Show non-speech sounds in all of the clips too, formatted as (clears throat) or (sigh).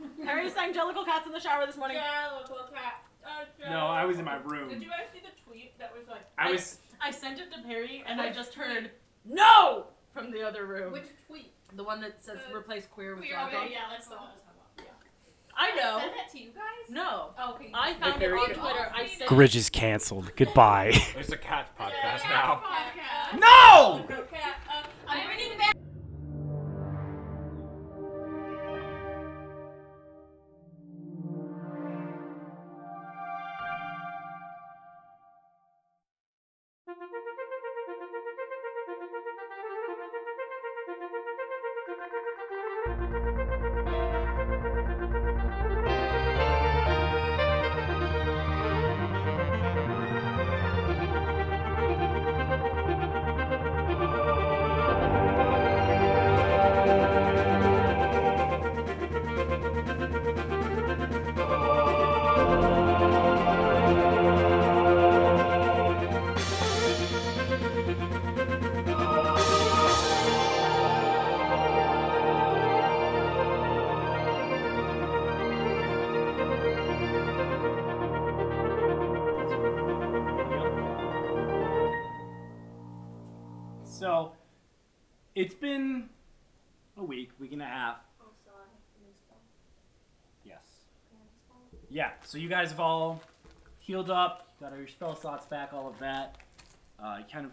you sang Jellicle Cats in the shower this morning. Jellicle cat. Uh, No, I was in my room. Did you guys see the tweet that was like? I was. I sent it to Perry and I Which just tweet? heard no from the other room. Which tweet? the one that says Uh, replace queer with Queer, Jellicle. okay, yeah, that's the one. I I know. sent that to you guys. No. Uh, Oh, okay. I found it Perry on did. Twitter. I sent Gridge is canceled. Goodbye. There's a cat Yeah, podcast yeah, now. podcast. No! Okay, uh, I'm bringing back. So, it's been a week, week and a half. Oh, Yes. Yeah. So you guys have all healed up, got all your spell slots back, all of that. Uh, you kind of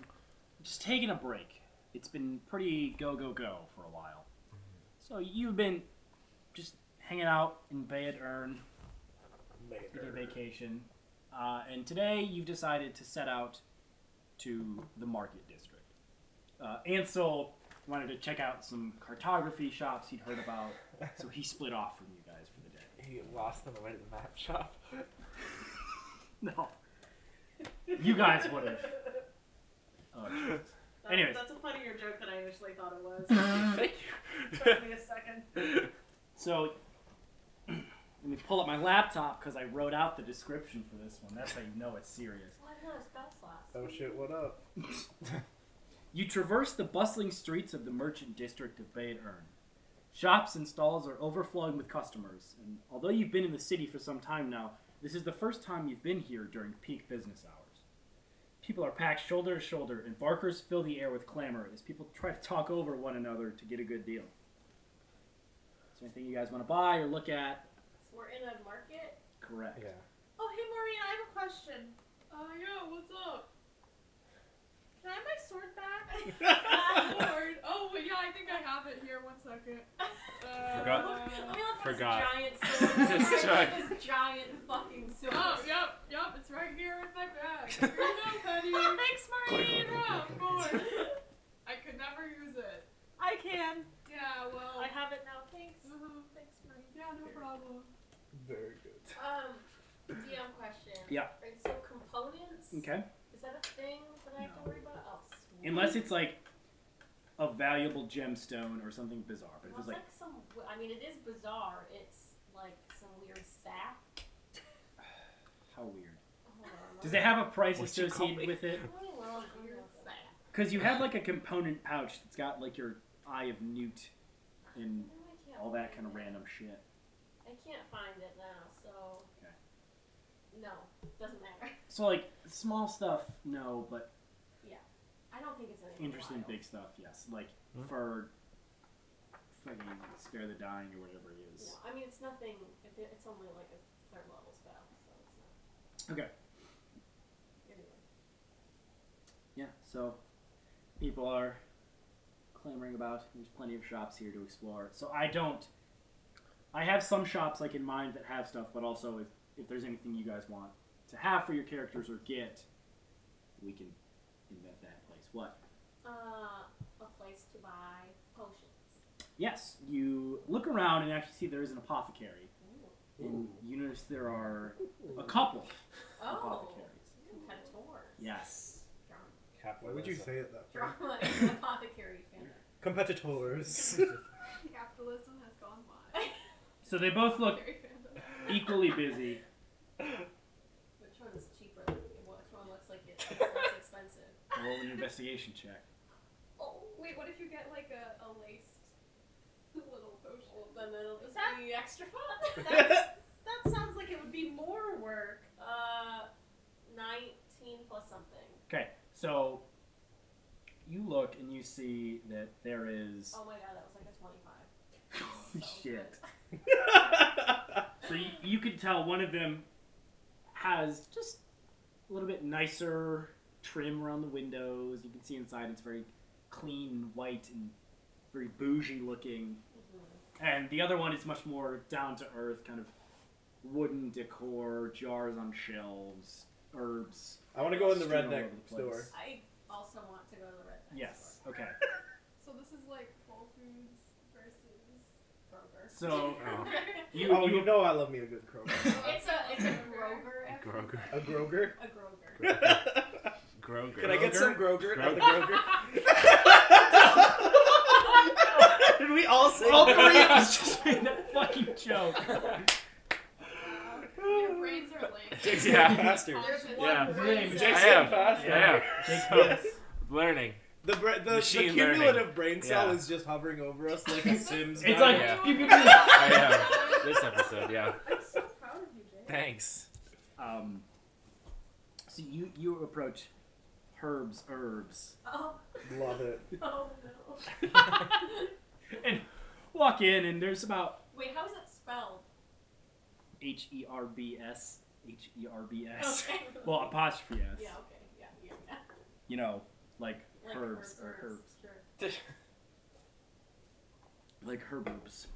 just taking a break. It's been pretty go go go for a while. So you've been just hanging out in Bayard Earn, taking a vacation, uh, and today you've decided to set out to the market district. Uh, Ansel wanted to check out some cartography shops he'd heard about, so he split off from you guys for the day. He lost on the way to the map shop. No. You guys would have. Oh, jeez. That- Anyways. That's a funnier joke than I initially thought it was. Thank Took me a second. you. so, (clears throat) let me pull up my laptop because I wrote out the description for this one. That's how you know it's serious. (laughs) Oh shit, what up? You traverse the bustling streets of the merchant district of Bayard Earn. Shops and stalls are overflowing with customers, and although you've been in the city for some time now, this is the first time you've been here during peak business hours. People are packed shoulder to shoulder, and barkers fill the air with clamor as people try to talk over one another to get a good deal. Is there anything you guys want to buy or look at? We're in a market. Correct. Yeah. Oh, hey, Maureen, I have a question. Oh, yeah, what's up? Can I have my sword (laughs) back? (laughs) sword. Oh, wait, yeah, I think I have it here. One second. Uh, Forgot. Let me look for this Forgot. giant sword. This giant- This giant fucking sword. Oh, yep, yep, it's right here in my (laughs) bag. Here you go, Penny. Thanks, Maureen. Yeah, of course. I could never use it. I can. Yeah, well. I have it now. Thanks. uh-huh, thanks, Maureen. Yeah, no problem. Very good. Um, DM question. Yeah. Right, so components. Okay. Is that a thing that I have No. to worry about? Oh, sweet. Unless it's like a valuable gemstone or something bizarre, but if Well, it's it's like like some. w- I mean, it is bizarre. It's like some weird sack. how weird. Hold on, Does it have a price What'd you call associated me? with it? let me- well, I'm weird sack. Because you have like a component pouch that's got like your eye of newt and No, I can't all that kind of find it. random shit. I can't find it now, so. Okay. No, doesn't matter. So like small stuff, no, but I don't think it's anything. interesting wild. big stuff, yes. Like Hmm? for fucking spare the dying or whatever it is. No, I mean it's nothing. If it, it's only like a third level spell, so it's not. Okay. Anyway. Yeah, so people are clamoring about. There's plenty of shops here to explore. So I don't. I have some shops like in mind that have stuff, but also if, if there's anything you guys want to have for your characters or get, we can invent that place. What? Uh, a place to buy (laughs) potions. Yes, you look around and actually see there is an apothecary, Ooh. and you notice there are a couple Oh, apothecaries. competitors. Yes. Why would you say it that way? (laughs) Drama is an apothecary fan. (laughs) (laughs) Competitors. (laughs) Capitalism has gone by. So they both look Very random. equally busy. Which one is cheaper? Which one looks like it's less expensive? Roll an investigation check. Oh, Wait, what if you get like a, a laced little potion. Well, then it'll Is just that- be extra fun. (laughs) That's- That sounds like it would be more work. Uh, 19 plus something. Okay, so you look and you see that there is. Oh my god, that was like a 25. Shit. So you, you can tell one of them has just a little bit nicer trim around the windows. You can see inside; it's very clean and white and very bougie looking. Mm-hmm. And the other one is much more down to earth, kind of wooden decor, jars on shelves, herbs. I want to go in the strewn all redneck over the place. store. I also want to go to the red next Yes. Okay. So this is like Whole Foods versus Kroger. So you, Oh, you (laughs) you know I love me a good Kroger. (laughs) It's a it's a Grover. A Grover. a Groger? A (laughs) (laughs) Grover. Groger. Can I get some Groger at the Groger? (laughs) Did we all say all three of us just made Oh, (laughs) that fucking joke. Your (laughs) brains are linked. Jake's Yeah. getting faster. There's one Yeah. brain James, cell. Jake's I getting am. faster. Yeah. (laughs) Jake So- Gibbs. (laughs) Learning. The, bra- the, the Machine cumulative learning. brain cell Yeah. is just hovering over us (laughs) like a Is this- Sims. It's now. like Yeah. pew, pew, pew. I am. This episode, yeah. I'm so proud of you, (laughs) Jay. Thanks. (laughs) Um, so you you approach Herb's Herbs Oh, Love it. oh no. (laughs) and walk in, and there's about Wait, how is it spelled? H E R B S H E R B S. (laughs) Okay. Well, apostrophe S. Yeah, okay. Yeah, yeah, yeah. You know, like, Like herbs or herbs. Sure. herb, like herb herbs.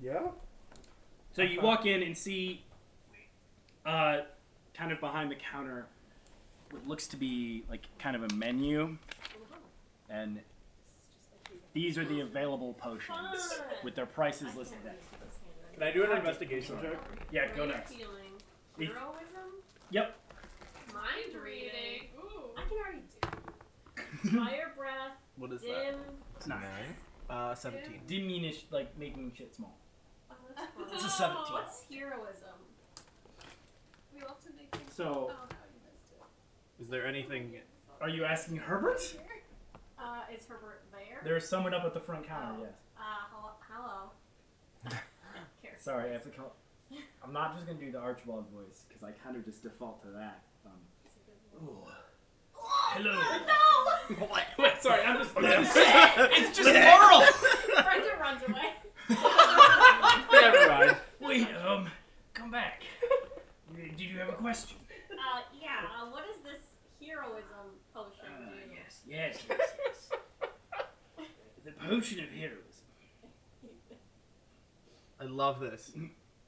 Yeah? So you walk in and see, uh, kind of behind the counter, what looks to be like kind of a menu, and these are the available potions with their prices listed. there. Can I do an investigation check? Yeah, go next. Healing. If- Heroism? Yep. Mind reading. Reading. Ooh. I can already do it. Fire breath, What is that? dim. Nice. Uh, 17. Diminish, like making shit small. Oh, (laughs) that's fun. It's a 17. What's heroism? We love to make things. So, Oh no, you missed it. Is there anything. are (laughs) you asking Herbert? Uh, is Herbert there? There's someone up at the front counter. Oh. Yes. Uh, hello. (laughs) hello. Care. Sorry, I have to call. I'm not just gonna do the Archibald voice because I kind of just default to that. Um, (laughs) ooh. Oh, Hello. No! Wait, sorry, I'm just. it's just Laurel! Brenda runs away. Never mind. (laughs) Wait, um, come back. Did you have a question? Uh, yeah, uh, what is this heroism potion Uh, do? yes, yes, yes, yes. the potion of heroism. I love this.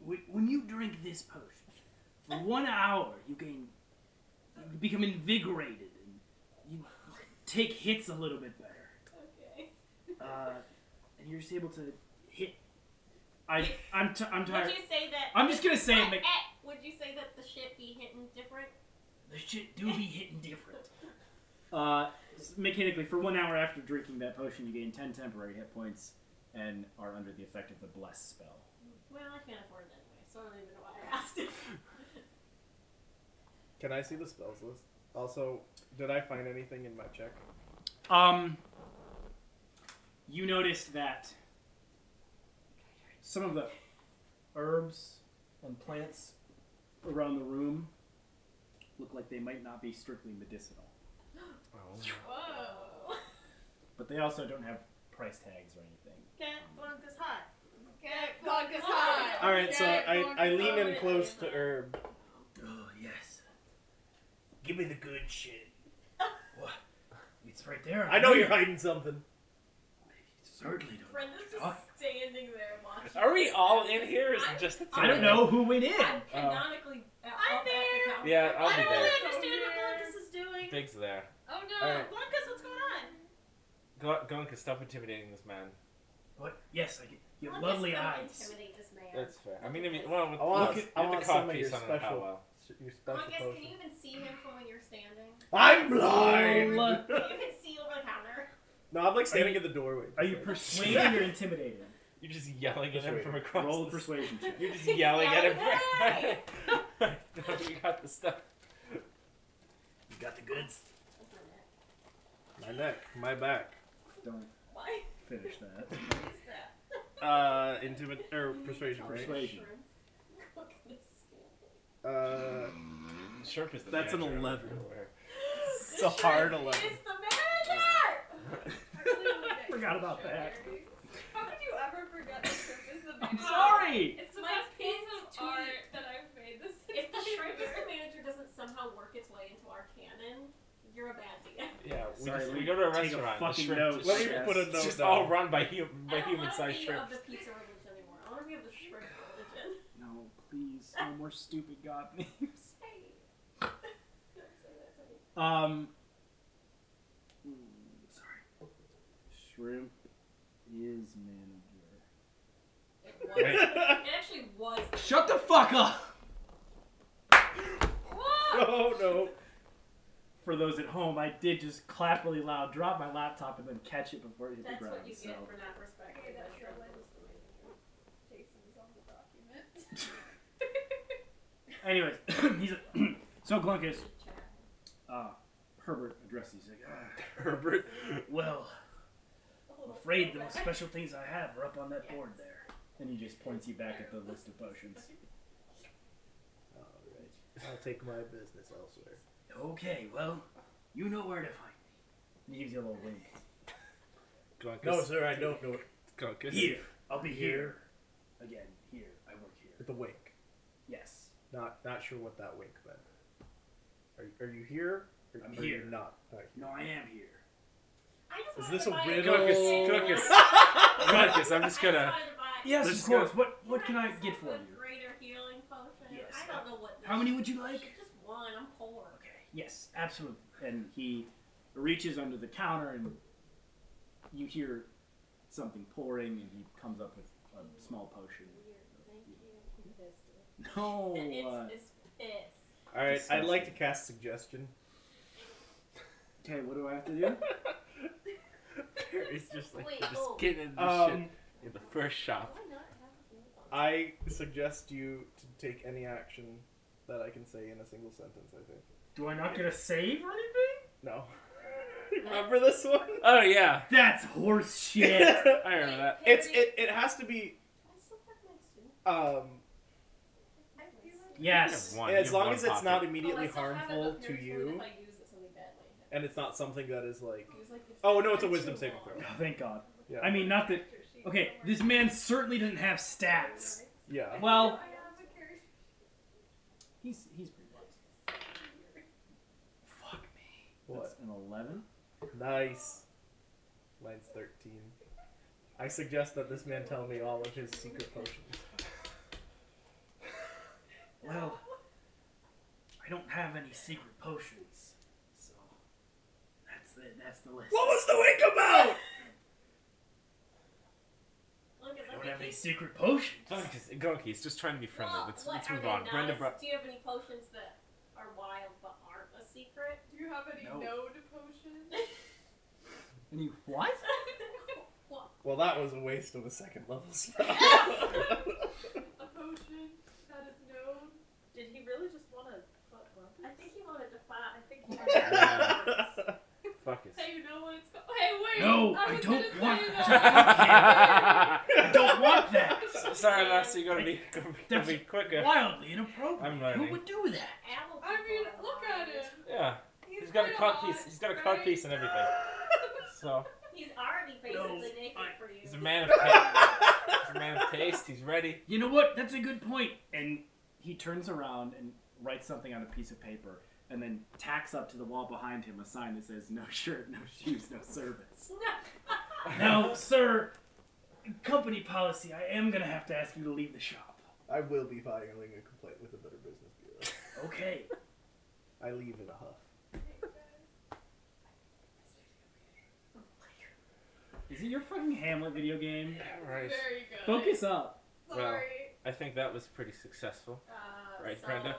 When when you drink this potion, for one hour you gain, you become invigorated and you take hits a little bit better, Okay. uh, and you're just able to hit. I I'm t- I'm Would tired. you say that? I'm just gonna say it. Eh, Mc- eh, would you say that the shit be hitting different? the shit do be hitting different. Uh, s- mechanically, for one hour after drinking that potion, you gain ten temporary hit points and are under the effect of the bless spell. Well, I can't afford it anyway, so I don't even know why I asked. Can I see the spells list? Also, did I find anything in my check? Um, you noticed that some of the herbs and plants around the room look like they might not be strictly medicinal, Whoa. but they also don't have price tags or anything. Get Blanca's hot. Get Get Blanca's Blanca's hot. hot. All right, so Yeah, I, going I to lean in throw it close in. to Herb. Oh yes. Give me the good shit. what? It's right there. I know you're hiding something. Certainly don't. Brenda's just Talk. standing there watching. Are we all in here? or Is it just the two I don't of know who went in. I'm canonically. Uh, I'm up at the there. us? counter. Yeah, I'll I be don't really there. understand what Somewhere. Blanca's is doing. Big's there. Oh no, All right. Blanca's, what's going on? Go, Gonka, stop intimidating this man. What? Yes, I get. You have Blanca's lovely gonna eyes. Intimidate this man. That's fair. I mean, if you, well, with, I want- you I have want the some cod of your piece on him how special- well. Your special Blanca's, potion. can you even see him from when you're standing? (laughs) I'm Look. blind! you can see over the counter. No, I'm like standing standing at the doorway. Are you persuading or intimidating? You're just yelling at That's him right. from across. Roll a the s- persuasion check. You're just (laughs) yelling at him. Hey! from- (laughs) no, you got the stuff. You got the goods. My neck, my back. Don't Why? finish that. What is Uh, intimid or persuasion, right? Persuasion. (laughs) Uh, Sherp is the That's an manager, I'm 11. aware. it's a hard eleven. It's the manager! Forgot about that. (laughs) How could you ever forget the shrimp is (laughs) the I'm manager? sorry. It's the My best piece of kids tweet. art that I've made this If the entire shrimp is year. the manager doesn't somehow work its way into our canon, you're a bad DM. Yeah, we, Sorry, just, let me we go to a take a restaurant. the fucking shrimp note. just- Let me Yes. put a It's note just down. all run by, hum- I by don't human want to sized be shrimp. of the pizza religion anymore. I want to be of the shrimp religion. (laughs) No, please, no more stupid god names. Hey. (laughs) Don't say that to me. (laughs) Um. mm, Sorry. Shrimp is manager. It was. (laughs) Wait. It actually was. Shut the fuck up. oh no. For those at home, I did just clap really loud, drop my laptop, and then catch it before it hit That's the ground. what you so. get for not respecting Okay, the that's shrimp your was the manager. Jason's on the document. Anyways, (clears throat) he's a, so Glunkus. Chat. Uh, Herbert addressed. He's like, "Ah, Herbert. well, I'm Oh, afraid the okay. most special things I have are up on that board there. And he just points you back at the list of potions. All right. I'll take my business elsewhere. Okay, well, you know where to find me. He gives you a little wink. Glunkus. No, sir, I don't know it. Glunkus. Here, I'll be here. Here. Again, here. I work here. The wink. Yes. Not not sure what that wink meant. Are, are you here? Or I'm are here. You not. Not here. No, I am here. I just Is wanted this to a buy riddle? (laughs) Glunkus. Glunkus. Glunkus. I'm just gonna. Yes, Let's of go. course. What what can I get for you? you? Greater healing potion. Yes. uh, I don't know what. How this- many would you like? Just one. I'm poor. Okay. Yes, absolutely. And he reaches under the counter, and you hear something pouring, and he comes up with a small potion. Weird. Thank you. No. Uh, Oh, It's it's piss. All right. I'd like to cast suggestion. okay, what do I have to do? (laughs) It's just like Wait, just oh. getting in this Um, shit in the first shop. Why not have a healing potion? I suggest you to take any action that I can say in a single sentence. I think. (laughs) do I not get a save or anything? No. (laughs) Remember this one? Oh yeah, That's horse shit. (laughs) (laughs) it's I remember that. it. It has to be. I still have my student. Um, I feel like. yes. One, you as have long one as it's pocket. not Oh, I immediately still have it, harmful but to there's one you, If I use it something bad might happen. and it's not something that is like. It was like it's Oh no, it's a been wisdom too saving long. throw. Oh, thank God. Yeah. I mean, not that. Okay, this man certainly didn't have stats. Yeah. Well, I have a character he's he's pretty wise. Fuck me. What? That's an eleven. Nice. Mine's thirteen. I suggest that this man tell me all of his secret potions. Well, I don't have any secret potions, so that's the that's the list. was the wink about? Look at I that. don't have any secret potions. Glunkus, Glunkus, just trying to be friendly. Well, let's what let's are move they on. not? Brenda brought. Do you have any potions that are wild but aren't a secret? (laughs) Do you have any No. node potions? Any what? What? Well, that was a waste of a second level (laughs) spell. A potion that is known? Did he really just want to put weapons? I think he wanted to find. I think he Glunkus. Hey, you know what it's called? Hey, wait! No, I, I was don't gonna want say that. Sorry, I (laughs) don't want that. (laughs) (laughs) Lassie, you gotta be, gotta be- gotta be quicker. Wildly inappropriate. I'm Who learning. would do that? Apple I mean, look at him. Yeah, He's, he's got a kinda cod hot, piece. He's got a cod right? piece and everything. So He's already No, basically naked I- for you. he's (laughs) a (laughs) man of taste. He's a man of taste. He's ready. You know what? That's a good point. And he turns around and writes something on a piece of paper, and then tacks up to the wall behind him a sign that says "No shirt, no shoes, no service." (laughs) Now, sir, company policy, I am going to have to ask you to leave the shop. I will be filing a complaint with the Better Business Bureau. Okay. I leave in a huff. Is it your fucking Hamlet video game? Right. Very good. Focus up. Well. Sorry. I think that was pretty successful. Uh, Right, so, Brenda?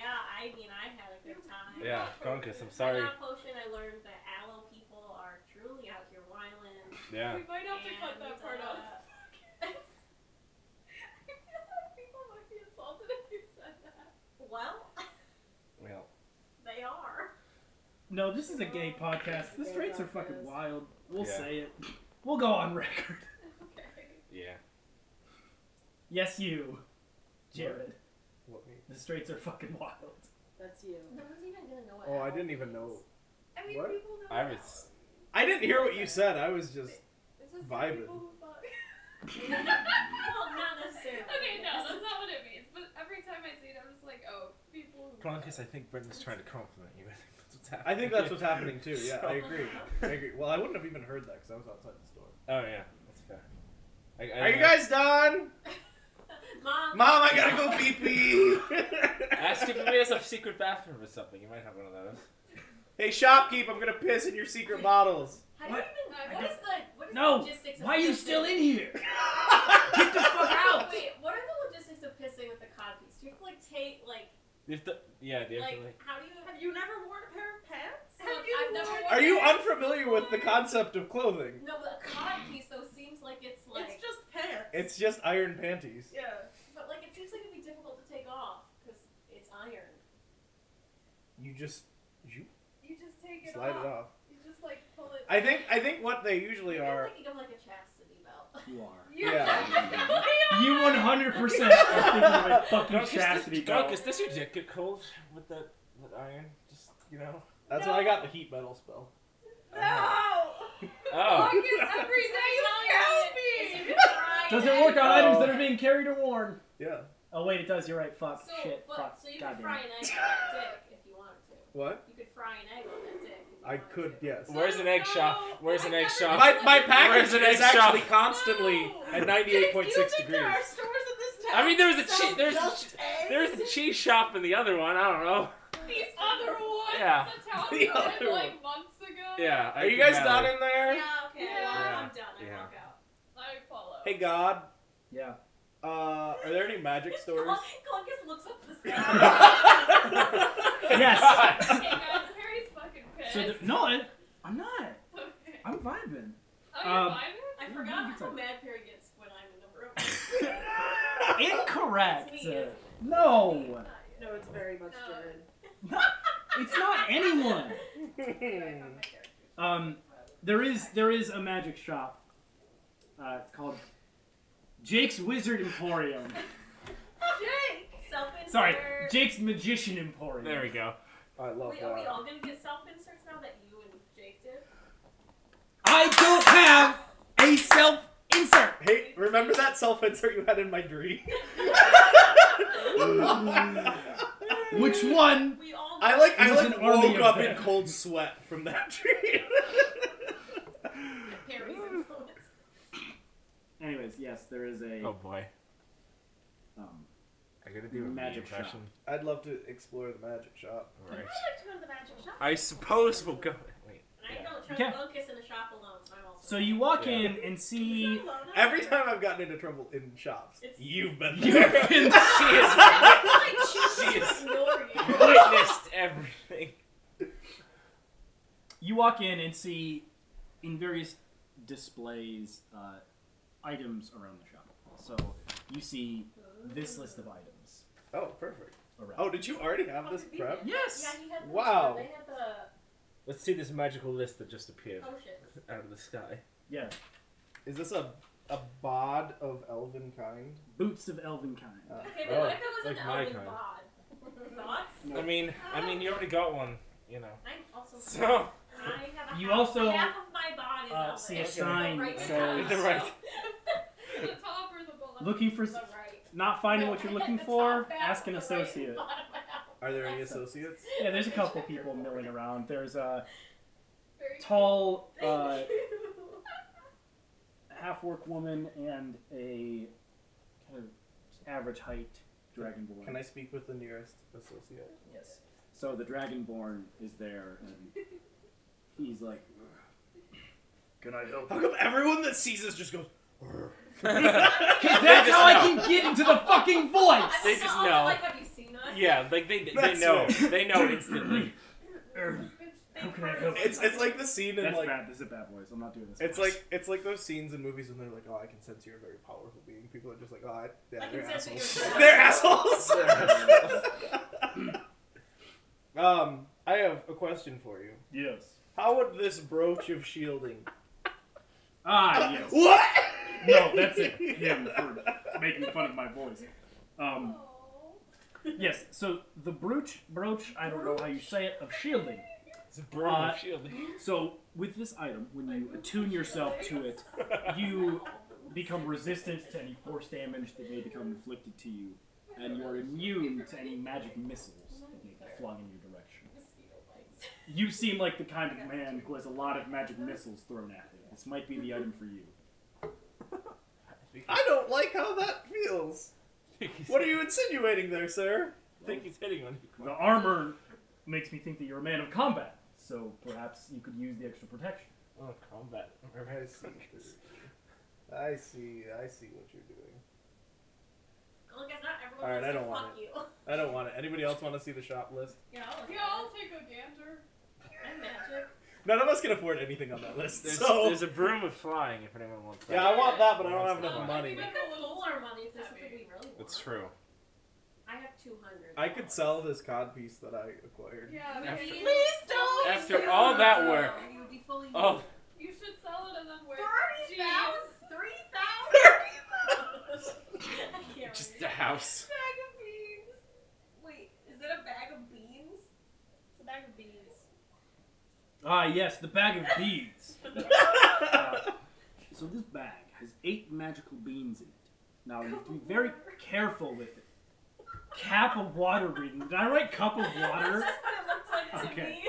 Yeah, I mean, I had a good time. Yeah, Glunkus, I'm In sorry. that potion, I learned that aloe people are truly out here wilding. Yeah. We might have to cut and, that part uh, out. I feel like people might be insulted if you said that. Well, (laughs) Well. they are. No, this is a gay podcast. The straights are fucking wild. We'll Yeah. say it. We'll go on record. Okay. Yeah. Yes, you, Jared. What me? The streets are fucking wild. That's you. No one's even gonna know what Oh, I Owl didn't even is. know. I mean, What? people know. I that. was. I didn't hear what you said. I was just. It's just vibing. people who fuck. well, not necessarily. Okay, no, that's not what it means. But every time I see it, I'm just like, oh, people. who fuck. I think Brendan's trying to compliment you. I think (laughs) that's what's I happening. think that's what's happening too. Yeah, I So- agree. I agree. Well, I wouldn't have even heard that because I was outside the store. Oh yeah, that's fair. I, I Are you (laughs) guys done? Mom. Mom, I (laughs) gotta go pee pee. Ask if he has a secret bathroom or something. You might have one of those. Hey, shopkeep, I'm gonna piss in your secret bottles. How do you What? even? I what don't- is the? What is No, The logistics of Why are you pissing? still in here? Get the fuck out! Wait, what are the logistics of pissing with the codpiece? Do you have to like take like You have to, yeah, do you have like to, (laughs) like, how do you? Have you never worn a pair of pants? Have Look, I've you never worn- worn Are you it. unfamiliar with the concept of clothing? No, but a codpiece though seems like it's like. It's just pants. It's just iron panties. yeah. But like it seems like it'd be difficult to take off because it's iron. You just you You just take it slide off. it off. You just like pull it. I think I think what they usually I'm are. thinking of like a chastity belt. You are. You Yeah. You 100 (laughs) percent are thinking of a fucking Gronk, is this- chastity Gronk, belt. is this your dick get cold with that with iron? Just you know. That's why I got the heat metal spell. No! Oh, Fuck is (laughs) every day you count Is me. it fried Doesn't work on Oh. egg? items that are being carried or worn. Yeah. Oh wait, it does. You're right. Fuck. So, Shit. but, fuck. so you God could damn fry it. an egg on that dick if you wanted to. What? You could fry an egg on that dick. If you I wanted could to. yes. where's an egg shop? No, Where's an I egg never shop? My my Where's package an is egg shop? actually constantly No. (laughs) at ninety eight point six you don't think degrees. there are stores in this town? I mean, there was a that sell che- there's a just eggs? There's the cheese shop in the other one. I don't know. These other ones. Yeah. The town The we other went, like months ago. Yeah. Are you guys not done in there? Yeah, okay. Yeah. Well, I'm done. I Yeah. walk out. I follow. Hey God, Yeah. uh, are there any magic stores? (laughs) Col- Colchis looks up the (laughs) (laughs) Yes. Hey, guys, Harry's fucking pissed. (laughs) So the, no, I, I'm not. Okay. I'm vibing. Oh, you're Um, mine? I Yeah, forgot you can how tell. mad Perry gets when I'm in the (laughs) room. Incorrect. It's me, isn't it? No, No, it's very much No. Jared. it's not anyone. Sorry about my character. Um, there is there is a magic shop. Uh, it's called Jake's Wizard Emporium. Jake! Self-insert. Sorry, Jake's Magician (laughs) Emporium. There we go. I love Wait, are we that. all gonna get self-inserts now that you and Jake did? I don't have a self insert. Hey, remember that self insert you had in (laughs) my dream? (laughs) Which one? We all I like It I was like an army woke up in event. cold sweat from (laughs) that (laughs) dream. Perry's influence. Anyways, yes, there is a Oh boy. um, I gotta do a Magic magic shop. impression. I'd love to explore the magic shop. All right. I'd like to go to the magic shop. I suppose we'll go. Wait. And I don't Yeah. trust Locus in the shop alone, so I'm also. So you walk Yeah. in and see. (laughs) Is that alone? Every time I've gotten into trouble in shops, It's- you've (laughs) been You've (laughs) there. (laughs) been- She has I like choose Jeez. to ignore you. witnessed everything. you walk in and see in various displays uh, items around the shop. So you see this list of items oh, perfect. around. Oh, did you already have this prep? yes. Yeah, he had the Wow. They had the Let's see this magical list that just appeared potions. out of the sky. Yeah, Is this a a bod of elven kind? boots of elven kind. Uh, Okay, but Oh, what if it was like an my elven kind. bod? Thoughts? I mean, I mean, you already got one, you know. I'm also. So (laughs) I have a You half, also, half of my bod is Uh, see a elven. Okay. sign Right that now. the says (laughs) right. The top or the bottom? looking for, s- The right. not (laughs) finding what you're looking for. Top half Ask an of the right associate. bod of my elf. Are there any associates? Yeah, there's a couple (laughs) people milling around. There's a Very tall (laughs) Thank uh, (laughs) you. half orc woman and a kind of average height dragonborn. Can I speak with the nearest associate? Yes. So the dragonborn is there, and he's like, "Can I help?" How come everyone that sees us just goes? Because They that's just how I know. can get into the fucking voice. They I'm just also know. Like, have you seen us? yeah, like they they That's know right. they know instantly. How can I help? It's it's like the scene in That's like bad. This is a bad voice. I'm not doing this. it's voice. like it's like those scenes in movies when they're like, oh, I can sense you're a very powerful being. People are just like, oh, I, yeah, I can they're, sense that assholes. you're- they're (laughs) assholes. They're assholes. Um, I have a question for you. yes. How would this brooch of shielding? Ah yes. What? (laughs) No, that's it. Him for making fun of my voice. Um, yes, so the brooch, brooch, I don't know how you say it, of shielding. It's a broom Uh, of (laughs) shielding. So with this item, when you attune yourself to it, you become resistant to any force damage that may become inflicted to you, and you are immune to any magic missiles that may be flung in your direction. You seem like the kind of man who has a lot of magic missiles thrown at him. This might be the item for you. I don't like how that feels. think he's, What are you insinuating there, sir? I think he's hitting on you. The armor makes me think that you're a man of combat, so perhaps you could use the extra protection. Oh, combat. I see. I see. I see what you're doing. Look, it's not everyone All right, wants I to don't want fuck you. I don't want it. Anybody else want to see the shop list? (laughs) Yeah, I'll look Yeah, at I'll take a gander. it. I'm magic. None of us can afford anything on that list. There's, so there's a broom of flying if anyone wants that. yeah, I want that, but I don't have Um, enough I money. think We I could could pool pull our money if there's I something we really want. That's true. I have 200. I could sell this cod piece that I acquired. Yeah, After- please. Please don't. After all that work. You would be fully Oh, You should sell it and then wear Thirty Jeez. thousand? Three thousand? (laughs) I can't just read. the house. Bag of beans. Wait, is that a bag of beans? It's a bag of beans. Ah, yes, the bag of beads. Uh, so this bag has eight magical beans in it. Now you have to be very careful with it. Cap of water reading. Did I write cup of water? (laughs) That's just what it looks like to Okay.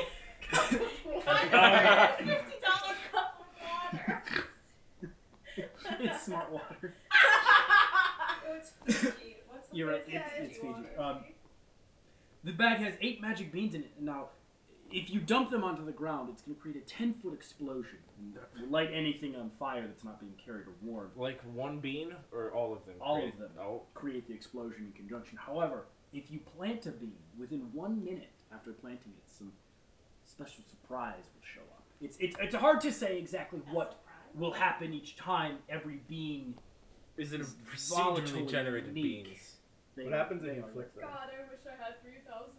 me. (laughs) Um, Fifty dollar cup of water. (laughs) it's smart water. It's Fiji. What's the You're right. Fiji? It's, it's Fiji. Um, the bag has eight magic beans in it. Now, if you dump them onto the ground, it's going to create a ten foot explosion and will light anything on fire that's not being carried or warmed. Like one bean or all of them? All of Right? them. Oh, create the explosion in conjunction. However, if you plant a bean within one minute after planting it, some special surprise will show up. It's it's, it's hard to say exactly what will happen each time every bean. is it a It's volatile procedurally and generated unique. beans? They, What happens they if you are- flick them? God, I wish I had 3,000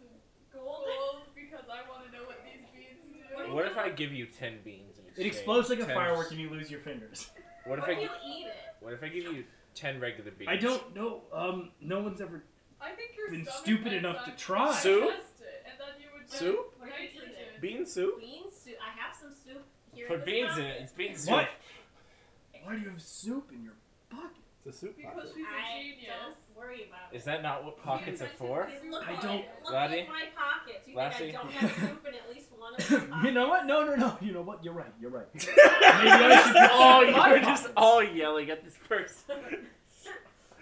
Gold. gold because I want to know what these beans do. What if I give you ten beans? In It exchange? explodes like a 10 firework and you lose your fingers. What if What I if you gi- eat it? what if I give you ten regular beans? I don't know. Um, no one's ever I think your been stomach stupid enough to enzymes try. Sue? digest it, and then you would get Soup? What if you eat it? nitrogen. Bean soup? Bean soup. I have some soup here. this Put beans in time. it. It's bean soup. What? Why do you have soup in your pocket? (laughs) It's a soup. Because pocket. she's a I genius. don't worry about Is it. that not what pockets are for? Just Look I at- don't- Look Lassie? at my pockets. You Lassie? think I don't have soup in at least one (laughs) of my pockets? you know what? No, no, no. You know what? You're right. You're (laughs) right. Maybe I (laughs) should. put oh, soup in my you're just pockets. all yelling at this (laughs) person.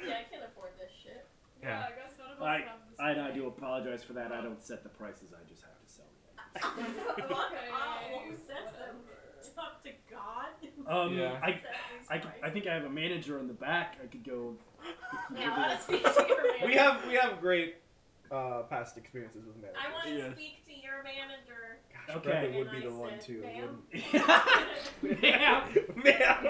Yeah, I can't afford this shit. (laughs) Yeah, I guess none of us I- have this. I, I do (laughs) apologize for that. I don't set the prices. I just have to sell Fuck off. Who sets them? whatever. Talk to God. them. Um, Yeah. I, Set these I, could- I (laughs) prices. think I have a manager in the back. I could go. if you Yeah, I live in- want to speak to your manager. We have we have great uh, past experiences with marriage. I want to Yeah. speak to your manager. (laughs) Gosh, Okay. Brenda would be And the I one said, too. "Ma'am." (laughs) (laughs) wouldn't- Yeah. Ma'am.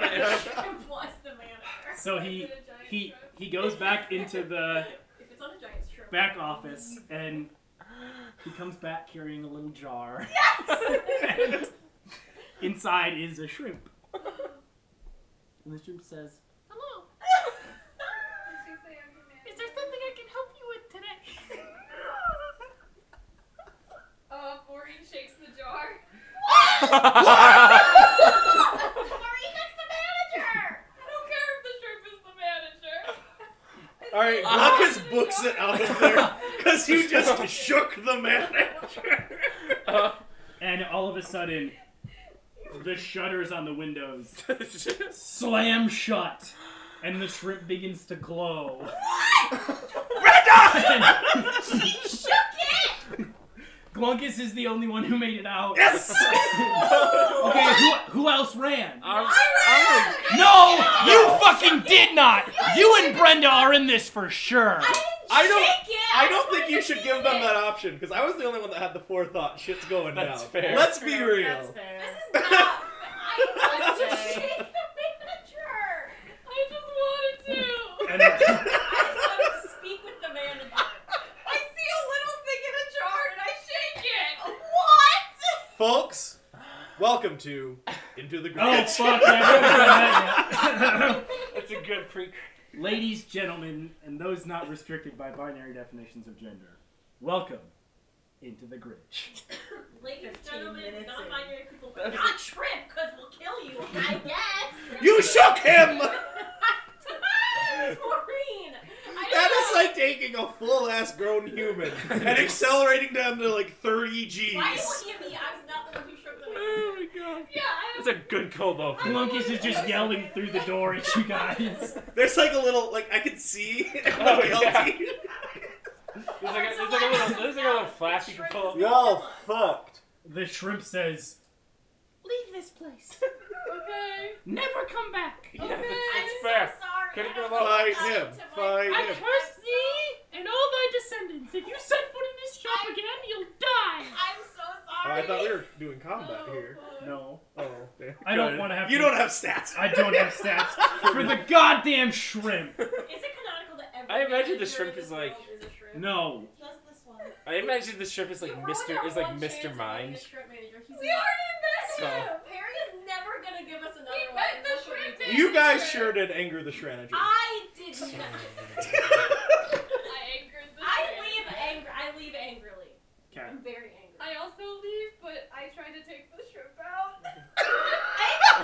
Bless the manager. So Is he it a giant he trip? he goes back into the If it's on a giant shrimp. back office and he comes back carrying a little jar. And (laughs) inside is a shrimp. And the shrimp says, Hello. Did she say I'm the man? Is there something I can help you with today? Uh, Maureen shakes the jar. (laughs) Marie, that's the manager. I don't care if the shrimp is the manager. All (laughs) right, Glaucus books it out of there because you just shook the manager. and all of a sudden, the shutters on the windows slam shut, and the shrimp begins to glow. (laughs) She shook it. Glunkus is the only one who made it out. Yes. Okay, who, who else ran? I'm, I I'm, no, you fucking did not. You and Brenda are in this for sure. I don't- Shake it. I don't think you wanted to should see give them it. that option because I was the only one that had the forethout. Shit's going That's down. fair. Let's be real. That's fair. This is not. (laughs) I want to shake the manager. I just wanted to. And uh, I just wanted to speak with the manager. I see a little thing in a jar and I shake it. What? Folks, welcome to Into the oh Grinch. fuck, I haven't done that yet. (laughs) it's a good pre. Ladies, gentlemen, and those not restricted by binary definitions of gender, welcome into the Grinch. Ladies, 15 gentlemen, minutes non-binary people, but not trip, cause we'll kill you, I guess. You shook him! it's (laughs) Maureen. I That don't is know. like taking a full ass grown human (laughs) and accelerating down to like 30 G's. Why are you looking at me? I was not the one who shook the (laughs) man. Oh my god. Yeah, I That's a good cold open. Blunkus is just yelling through the door at you guys. There's like a little, like, I can (laughs) see. Oh, yeah. There's like, a, Alright, so what there's like a little, happens there's like a little now? flash you can Shrimp pull. is- Y'all fucked. The shrimp says, Leave this place. Okay. Never come back. (laughs) Yeah, that's, I'm that's so fair. sorry. Could've I gone don't Fight know him. to my- Fight I him. curse thee and all thy descendants. If you set foot in this shop I- again, you'll die. I'm so Oh, sorry. I thought we were doing combat here. No. Oh, damn. I don't want to have You to- don't have stats. I don't have stats for the goddamn shrimp. Is it canonical that every I imagine man the in shrimp is this like- world is a shrimp? No. Just this one. I imagine the shrimp is like You ruined Mr. our is like one chance Mr. of being Mind. a shrimp manager. He's We like, already met So- him! Harry is never gonna give us another We one. met the Look what we shrimp did. man. You guys sure did anger the Shranager. I did not. I angered the I leave angry. I leave angrily. Okay. I'm very angry. I also leave, but I try to take the shrimp out.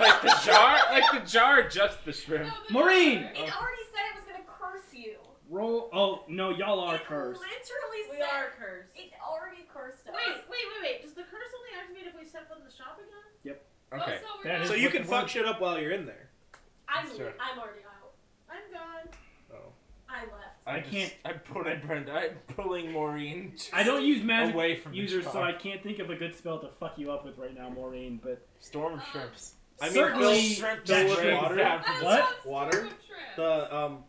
(laughs) like the jar, like the jar, just the shrimp. Maureen! It already said it was gonna curse you. Roll. Oh no, y'all are cursed. It literally We said are cursed. it already cursed us. Wait, wait, wait, wait. Does the curse only activate if we step foot in the shop again? Okay. That is So you what can the fuck word- shit up while you're in there. I'm Sure. I'm already out. I'm gone. Oh. I left. I just- can't- I put. I burned. I'm pulling Maureen. I don't use magic away from the users, so jar. I can't think of a good spell to fuck you up with right now, Maureen. But Storm Uh, shrimps. I mean, certainly those shrimp that just shrimp- water. What? I love Water? shrimp shrimp. The um,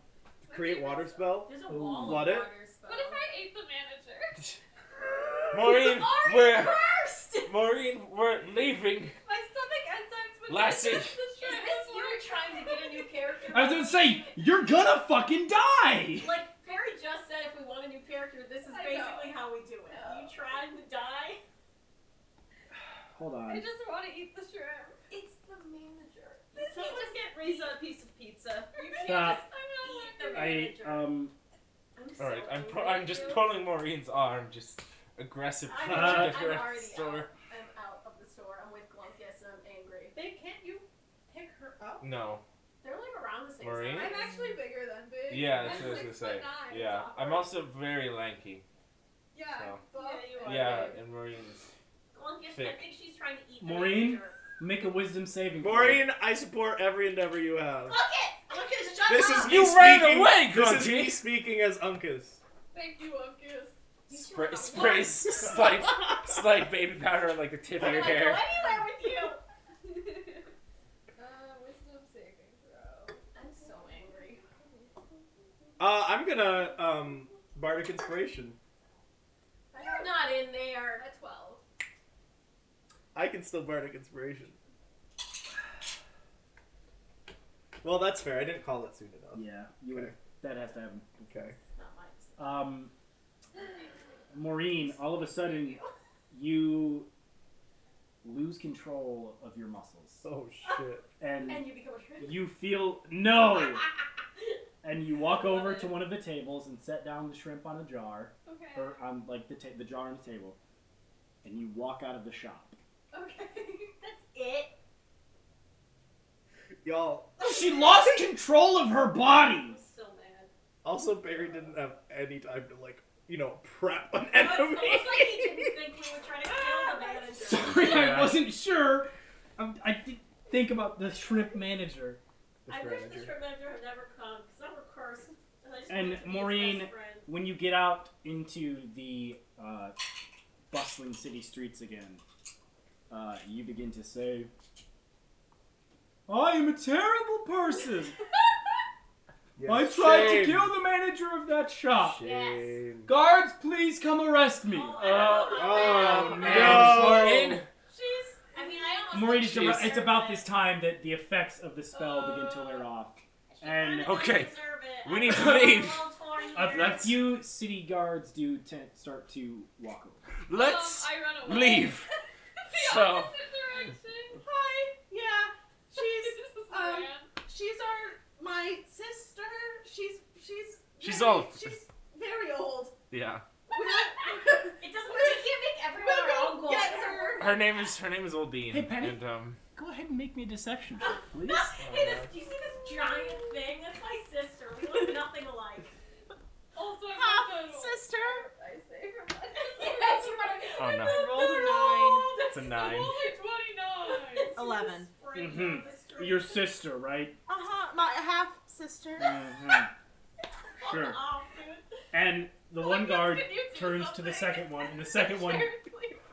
create water spell. There's a Ooh. wall Flood of it? water spell. What if I ate the manager? (laughs) Maureen, Already we're cursed. Maureen, we're leaving. My stomach enzymes would Lassie. (laughs) digest the Is shrimp this you before it trying to get a new character? (laughs) I was gonna say you're gonna fucking die. Like Perry just said, if we want a new character, this is I know. basically how we do it. No. You tried to die. Hold I on. just want to eat the shrimp. It's the manager. This So can't (laughs) just get Reza a piece of pizza. You can't Stop. just I'm not Eat hungry. the I manager. um. I'm so All right, I'm pu- angry I'm at just you. pulling Maureen's arm, just aggressively I'm, to Uh, get her I'm out (laughs) already of the store. out. I'm out of the store. I'm with Glunkus and I'm angry. Babe, can't you pick her up? No. They're like around the same Maureen? size. I'm actually bigger than big. Yeah, that's I'm what I was gonna six say. foot nine. Yeah, awkward. I'm also very lanky. Yeah. So. buff. Yeah, you are. Yeah, and Maureen's. Glunkus, I Thick. think she's trying to eat the Maureen? manager. Make a wisdom saving. throw. Maureen, I support every endeavor you have. Glunkus! Glunkus, shut This up! is me You speaking. ran away, this is Grunty. me speaking as Uncas. Thank you, Uncas. You two Spray, are (laughs) spray, one. slight, slight baby powder on like the tip of your I'm not hair. going (laughs) anywhere with you. Uh, wisdom saving throw. I'm so angry. Uh, I'm gonna um, bardic inspiration. You're not in there. A twelve. I can still bardic inspiration. Well, that's fair. I didn't call it soon enough. Yeah, you would. That has to happen. Okay. It's not my decision. Um, Maureen, all of a sudden, you lose control of your muscles, Oh shit. and And you become a shrimp. you feel (laughs) no. And you walk over to one of the tables and set down the shrimp on a jar, Okay. or on like the ta- the jar on the table, and you walk out of the shop. Okay. That's it. Y'all. She lost control of her body. (laughs) I'm still mad. Also, Barry didn't have any time to like, you know, prep (laughs) an It's almost enemy. like he didn't think we were trying to (laughs) kill the manager. Sorry, I Yeah. wasn't sure. I, I did think about the shrimp manager. I wish the shrimp manager had never come, because I'm cursed. And, I just And wanted to be his Maureen- best friend. When you get out into the uh, bustling city streets again, uh, you begin to say, "I am a terrible person. Yes. I tried Shame. to kill the manager of that shop. Shame. Guards, please come arrest me." Oh, I don't know. Oh, man. no. Maureen, She's. I mean, I almost. Maureen, think it's, she ar- Jeez. it's deserved about it. this time that the effects of the spell begin to wear off. She kinda and- does Okay. deserve it. We I need to feel a leave. little torn A, here. a few city guards do t- start to walk over. let's Um, I run away. leave. the So- opposite direction. (laughs) Hi. Yeah. She's This is Um, Moran. she's our my sister, she's she's She's very- old. She's very (laughs) old. Yeah. (laughs) We'll, It doesn't. We can't make everyone we'll our go own goal. get her. (laughs) Her name is her name is Old Bean. Hey, Penny? And um Go ahead and make me a (laughs) deception, check, please. hey, this, do you see this giant thing? That's my sister. We look nothing alike. Also, I Half want (laughs) the- sister. I say her (laughs) yes, you want to. Oh, no. Roll Rolled a nine. it's a nine. only 29. Eleven. Mhm. Your sister, right? Uh Uh-huh, huh. My half sister. Mhm. Sure. And the Oh, one guard Can you do turns to something? the second one, and the (laughs) second one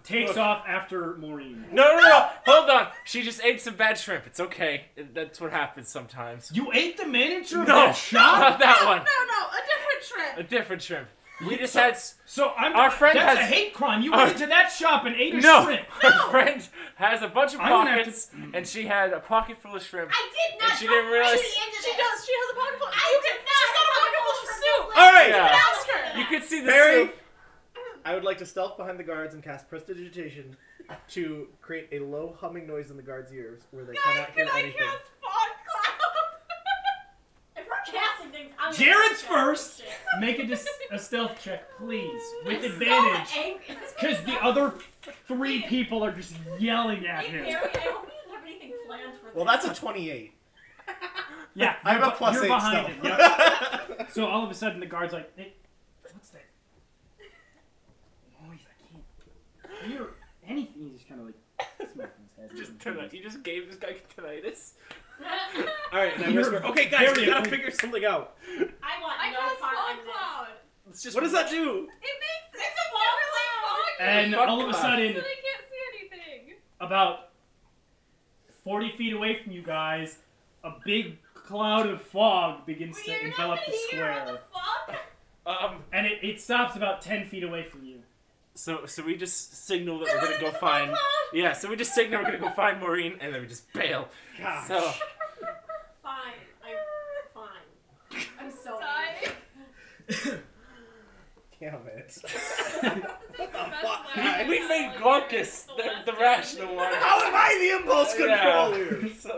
takes Look. off after Maureen. No no no! Hold on! She just ate some bad shrimp. It's okay. That's what happens sometimes. You ate the manager of No. that Not that one. No, no, a different trip. A different shrimp. We just had s- (laughs) So I'm. Our friend that's has- (laughs) a hate crime. You Our- went into that shop and ate a No. shrimp. her friend has a bunch of I'm gonna have to- pockets and she had a pocket full of shrimp. I did not. And she didn't talk realize- to the end of She this. does. She has a pocket full. I you did can- not She's got a have pocket a full of pocket soup. full All right. You can Yeah. ask her. You could see the Barry? soup. I would like to stealth behind the guards and cast prestidigitation to create a low humming noise in the guards' ears where they cannot hear anything. fog (laughs) cloud? if we're casting things, I'm gonna Jared's cast that first. shit. Make a, dis- a stealth check, please, with I'm so advantage, angry. Is this because the what other three people are just yelling at Hey, Barry, him. I hope you didn't have anything planned for this. Well, that's a 28. Yeah, I have you're a be- plus you're eight behind stealth. him. yep. So all of a sudden, the guard's like, hey, "What's that?" Noise. I can't hear anything. He's just kind of like smacking his head. Just tonight. You just gave this guy tinnitus. (laughs) (laughs) All right, and I You're whisper, "Okay, guys, we very gotta quick. figure something out. I want (laughs) I no cast part Fog in this. Cloud. Let's just What does that do?" It makes it's a fog cloud. and Fuck all of a off. sudden, So they can't see anything. about 40 feet away from you guys, a big cloud of fog begins Well, to you're not envelop gonna the hear square. what the fuck? Um. And it, it stops about 10 feet away from you. So so we just signal that we're gonna go find. Yeah. So we just signal we're gonna go find Maureen, and then we just bail. Ah, Gosh. So Fine, I'm fine. I'm so Die. angry. Damn (laughs) it. This is the best fuck? plan. we made Glunkus the, the rational one. How am I the impulse Yeah. controller? (laughs) So,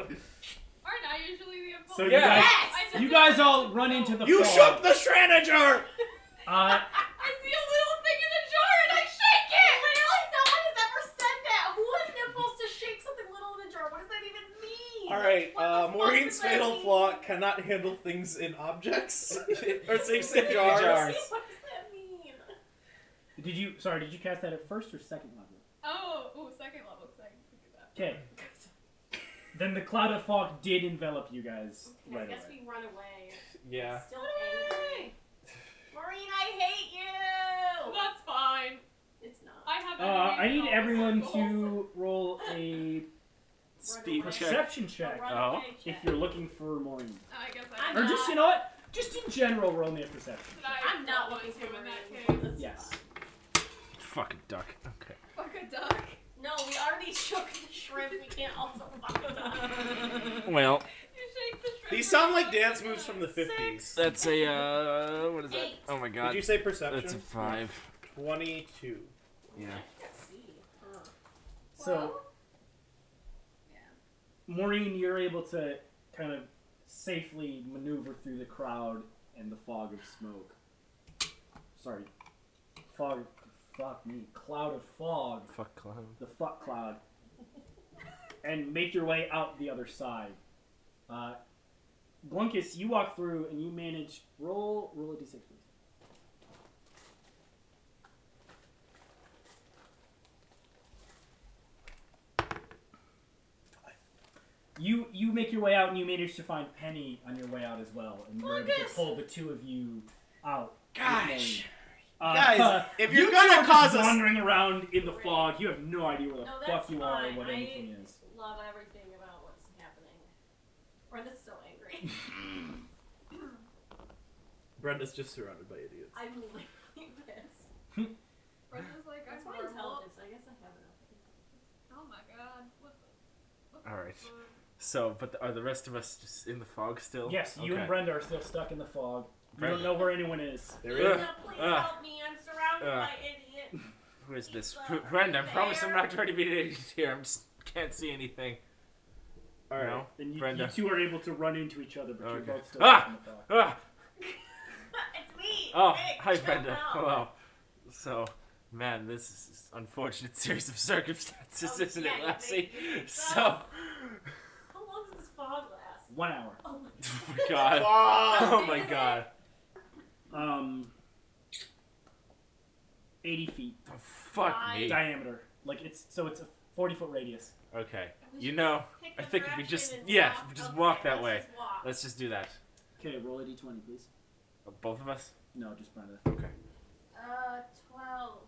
Aren't I usually the impulse? So you Yeah. guys. Yes! I You guys all run into the You fog. shook the Shranager! Uh, I see a little thing in a jar and I shake it! Literally, no one has ever said that. Who has an impulse to shake something little in a jar? What does that even mean? All right, What the uh, fuck Maureen's does that fatal mean? flaw cannot handle things in objects or things in Specifically jars. jars. What does that mean? did you. Sorry, did you cast that at first or second level? Oh, ooh, second level. So I can do that. Okay. Then the cloud of fog did envelop you guys I right away. guess we run away. yeah. Still angry. Maureen, I hate Well, you! that's fine. It's not. I have. Uh, I enemies need and all everyone those to goals. roll a Speed check. perception check A Oh. runaway if check. you're looking for Maureen. I guess I. I'm Or have just, you know what? Just in general, roll me a perception. that I I'm not want looking to for in Maureen. that case. That's Yes. fine. Fucking duck. Okay. Fuck a duck. No, we already (laughs) shook the shrimp. We can't also fuck it (laughs) up. Well, You shake the shrimp. These sound like dance moves from the 50s. that's a uh. What is that? Eight. Oh my Did god. you say perception? That's a five. 22. Yeah. I can't see. Huh. So, Yeah. Maureen, you're able to kind of safely maneuver through the crowd and the fog of smoke. Sorry, fog. Fuck me, cloud of fog, Fuck clown. the fuck cloud, and make your way out the other side. Uh, Blunkus, you walk through and you manage. Roll, roll a d6, please. You you make your way out and you manage to find Penny on your way out as well, and you're able to Blunkus! pull the two of you out. with Gosh. Maureen. Uh, Guys, (laughs) if you you're two gonna are just cause us- wandering around in the fog, you have no idea where the No, fuck that's you are or fine. what I- anything is. Love everything about what's happening. Brenda's so angry. (laughs) Brenda's just surrounded by idiots. I'm literally pissed. Brenda's like, I'm That's my normal. intelligence. I guess I have enough. Oh my god. What the? What All right. the- So, but are the rest of us just in the fog still? Yes, you and Okay. Brenda are still stuck in the fog. You Brenda. don't know where anyone is. There Ugh. is. Now, please uh, help me. I'm surrounded uh. by idiots. Who is this? Pizza. Brenda, I promise Bear. I'm not trying to be an idiot here. I just can't see anything. All right. No. Then you, you Brenda. two are able to run into each other, but you're Okay. both still Ah! on the dock. Ah, (laughs) it's me. oh, Nick, hi, chill Brenda. out. Oh, Hello. So, man, this is an unfortunate (laughs) series of circumstances, Oh, isn't yeah, it, you Lassie? made me do (laughs) So, How long does this fog last? (laughs) One hour. Oh my (laughs) oh my god. (laughs) (laughs) Ah! (laughs) Oh my god. Um, 80 feet Oh, fuck me. diameter. Like it's so it's a 40 foot radius. Okay. You know, pick I the think if we direction just and yeah, walk. if we just Okay, walk that let's way. just walk. Let's just do that. Okay, roll a d20, please. Both of us. No, just Brenda. Okay. Uh, twelve.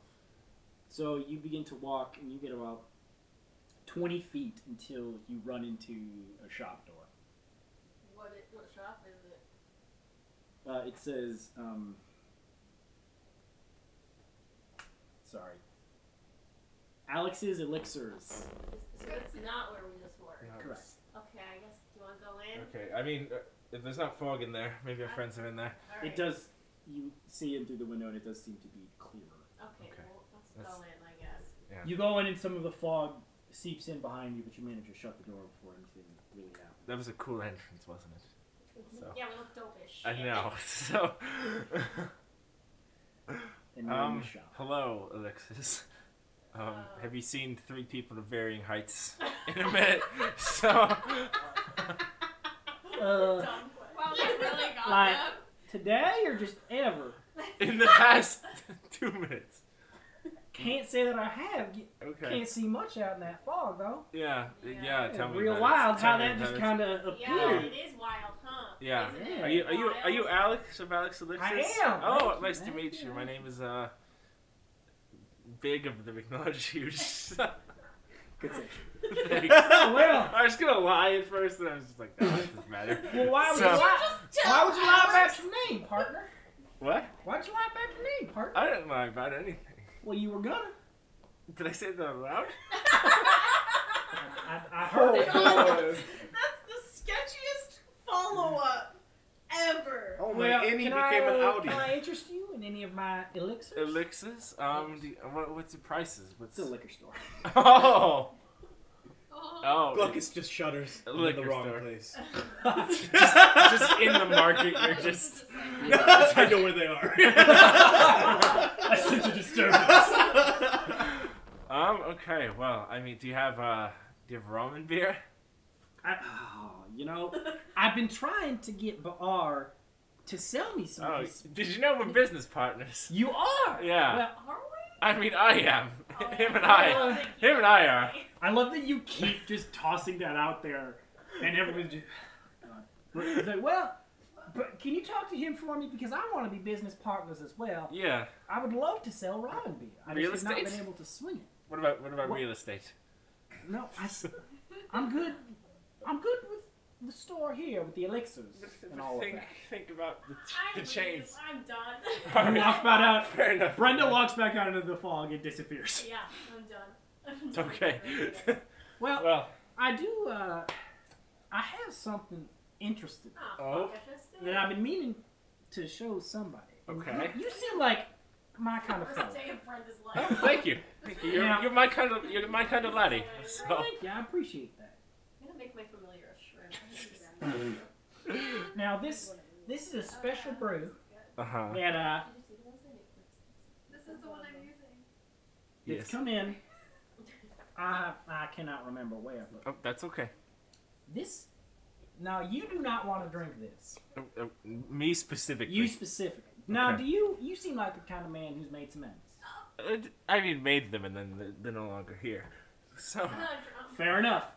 So you begin to walk, and you get about 20 feet until you run into a shop door. What it, what shop is it? Uh, it says, um, sorry, Alex's Elixirs. So it's not where we just were. Correct. Okay, I guess. Do you want to go in? Okay. I mean, uh, if there's not fog in there, maybe Uh, our friends are in there. All right. It does. You see in through the window, and it does seem to be clearer. Okay, Okay. well, let's That's- go in, I guess. Yeah. You go in, and some of the fog seeps in behind you, but you manage to shut the door before anything really happens. That was a cool entrance, wasn't it? So. Yeah, we look dope as shit. I know. (laughs) So. And you're in um. the shop. Hello, Alexis. Um, have you seen three people of varying heights in a minute? (laughs) so. Uh, Dumb question. Wow, they really got Like- them. today or just ever? In the past (laughs) two minutes. Can't say that I have. You (laughs) Okay. Can't see much out in that fog though. Yeah. Yeah. Yeah. Tell me. Real about it. wild Tell how me that about just it. kind of Yeah, appeared. it is wild, huh? Yeah. Isn't it Are you are you wild? are you Alex of Alex Elixir? I am. Oh, Thank you, nice to thank meet you, you. My thank name is uh, Big of the McNaughty (laughs) Huge. Good save. Thanks. Oh, well. I was gonna lie at first, and I was just like, "Nah, it doesn't matter." (laughs) Well, why would So- you lie? Just Why tell would you lie Alex. about your name, partner? What? Why'd you lie about your name, partner? I didn't lie about anything. Well, you were gonna. Did I say that out loud? I, I heard it. That's the sketchiest follow up ever. Oh, (laughs) Well, my innie can became I, an uh, Audi. Can I interest you in any of my elixirs? Elixirs? Um, do you- what, what's the prices? What's It's a liquor (laughs) store. (laughs) Oh, (laughs) Oh, (laughs) oh, Gluckus just shudders in Liquor the wrong store. (laughs) place. just, just in the market. You're (laughs) just. I know where they (laughs) are. I sense a disturbance. Um. Okay. Well, I mean, do you have uh, do you have Roman (laughs) beer? I, oh, you know, (laughs) I've been trying to get Baar to sell me some. Oh, of his- did you know we're business (laughs) partners? You are. Yeah. Well, Are we? I mean, I am. (laughs) Him and I I. don't think Him and I are. I love that you keep just tossing that out there, and everyone's just. God. It's like, well, but can you talk to him for me because I want to be business partners as well. Yeah. I would love to sell ramen beer. I Real just have not estate? been able to swing it. What about what about What? real estate? No, I, am good. I'm good with the store here with the elixirs and all of think that. think about the, I the leave. chains. I'm done. (laughs) All right. Walk back out. Fair enough. Brenda walks back out into the fog and disappears. yeah, I'm done. (laughs) I'm It's done. okay. Well, (laughs) well. I do. Uh, I have something interesting Ah, fuck, (laughs) Oh. I just did. that I've been meaning to show somebody. Okay. You seem like my kind of fellow. First day of Brenda's (laughs) Oh, life. thank you. Thank you. You're, Yeah. you're my kind of you're my kind of laddie. So Thank you. I appreciate that. I'm gonna make my familiar a shrimp. I'm (laughs) gonna do that. Now this this is a special brew uh huh. that uh, Did you see the ones I make? this is the one I'm using. it's Yes. come in. I I cannot remember where, but Oh, that's okay. this. Now you do not want to drink this. Uh, uh, me specifically. You specifically. Now, Okay. do you you seem like the kind of man who's made some amends? Uh, I mean, made them and then they're- they're no longer here. So Uh-huh. I'm not drunk. (laughs) (laughs) Fair enough.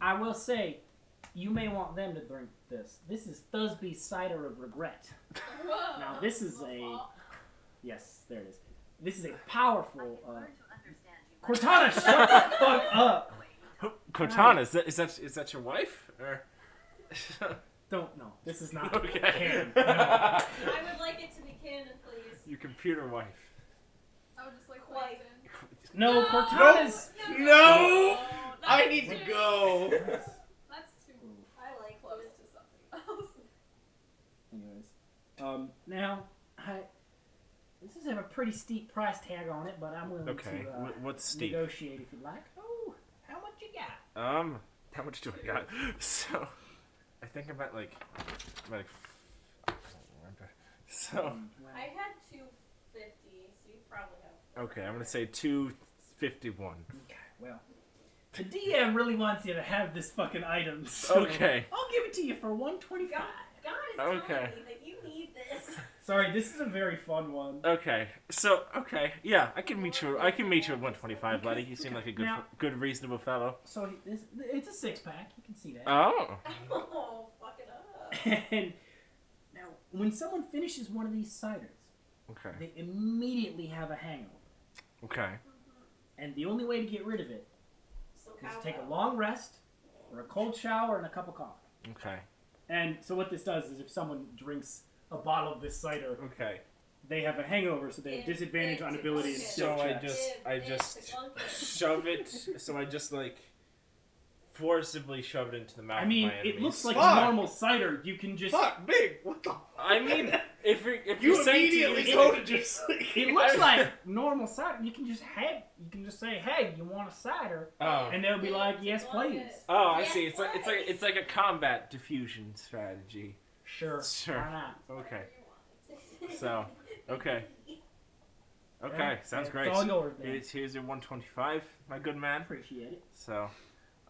I will say, you may want them to drink this. This is Thursby Cider of Regret. Whoa. Now, this is a. Yes, there it is. This is a powerful. Uh, Cortana, shut (laughs) the fuck up! Cortana, is that is that is that your wife or? (laughs) Don't, no. This is not. okay. (laughs) Canon. Uh, No. I would like it to be canon, please. your computer wife. I would just like Quite. wiped in. No, Cortana's. no! Oh, I that's need to too- go. That's too I like close this. to something else. Anyways. Um, now, I. This does have a pretty steep price tag on it, but I'm willing Okay. to uh, wh- What's steep? negotiate if you'd like. Oh, how much you got? Um, How much do I got? (laughs) So, I think I'm at like, I'm at like, I don't remember. So, hmm, I had 250, so you probably have. okay, I'm gonna say 251. Okay, well, the DM really wants you to have this fucking item. So Okay. I'll give it to you for one twenty-five. God is telling Okay. me that you need this. (laughs) Sorry, this is a very fun one. Okay. So, okay. Yeah, I can meet you. I can meet you at 125, buddy. You seem like a good, Now- good, reasonable fellow. So he- this, it's a six-pack. You can see that. Oh. oh, fuck it up. (laughs) and now, when someone finishes one of these ciders, Okay. they immediately have a hangover, Okay. and the only way to get rid of it So is how to take a about- long rest, or a cold shower, and a cup of coffee. Okay. And so what this does is, if someone drinks a bottle of this cider, Okay. they have a hangover, so they have Yeah, disadvantage yeah, on it's a ability and bullshit. skill So I checks. just- Give I it just- to Uncle. Shove it. So I just like forcibly shove it into the mouth. I mean, of my it looks enemies. like Fuck. normal cider. You can just. Fuck, big. What the? (laughs) (laughs) I mean, if you're, if You you're saying to immediately you- go to just. It looks like normal cider. You can just have. You can just say, "Hey, you want a cider?" Oh. And they'll be Yeah, like, it's a "Yes, bullshit. please." Oh, I Yes, see. It's like it's like please. it's like a combat diffusion strategy. Sure. Sure. Why not? Okay. Whatever you want. So, okay. Okay, Yeah, sounds yeah, great. It's all yours, man. Here's, here's your 125, my good man. Appreciate it. So,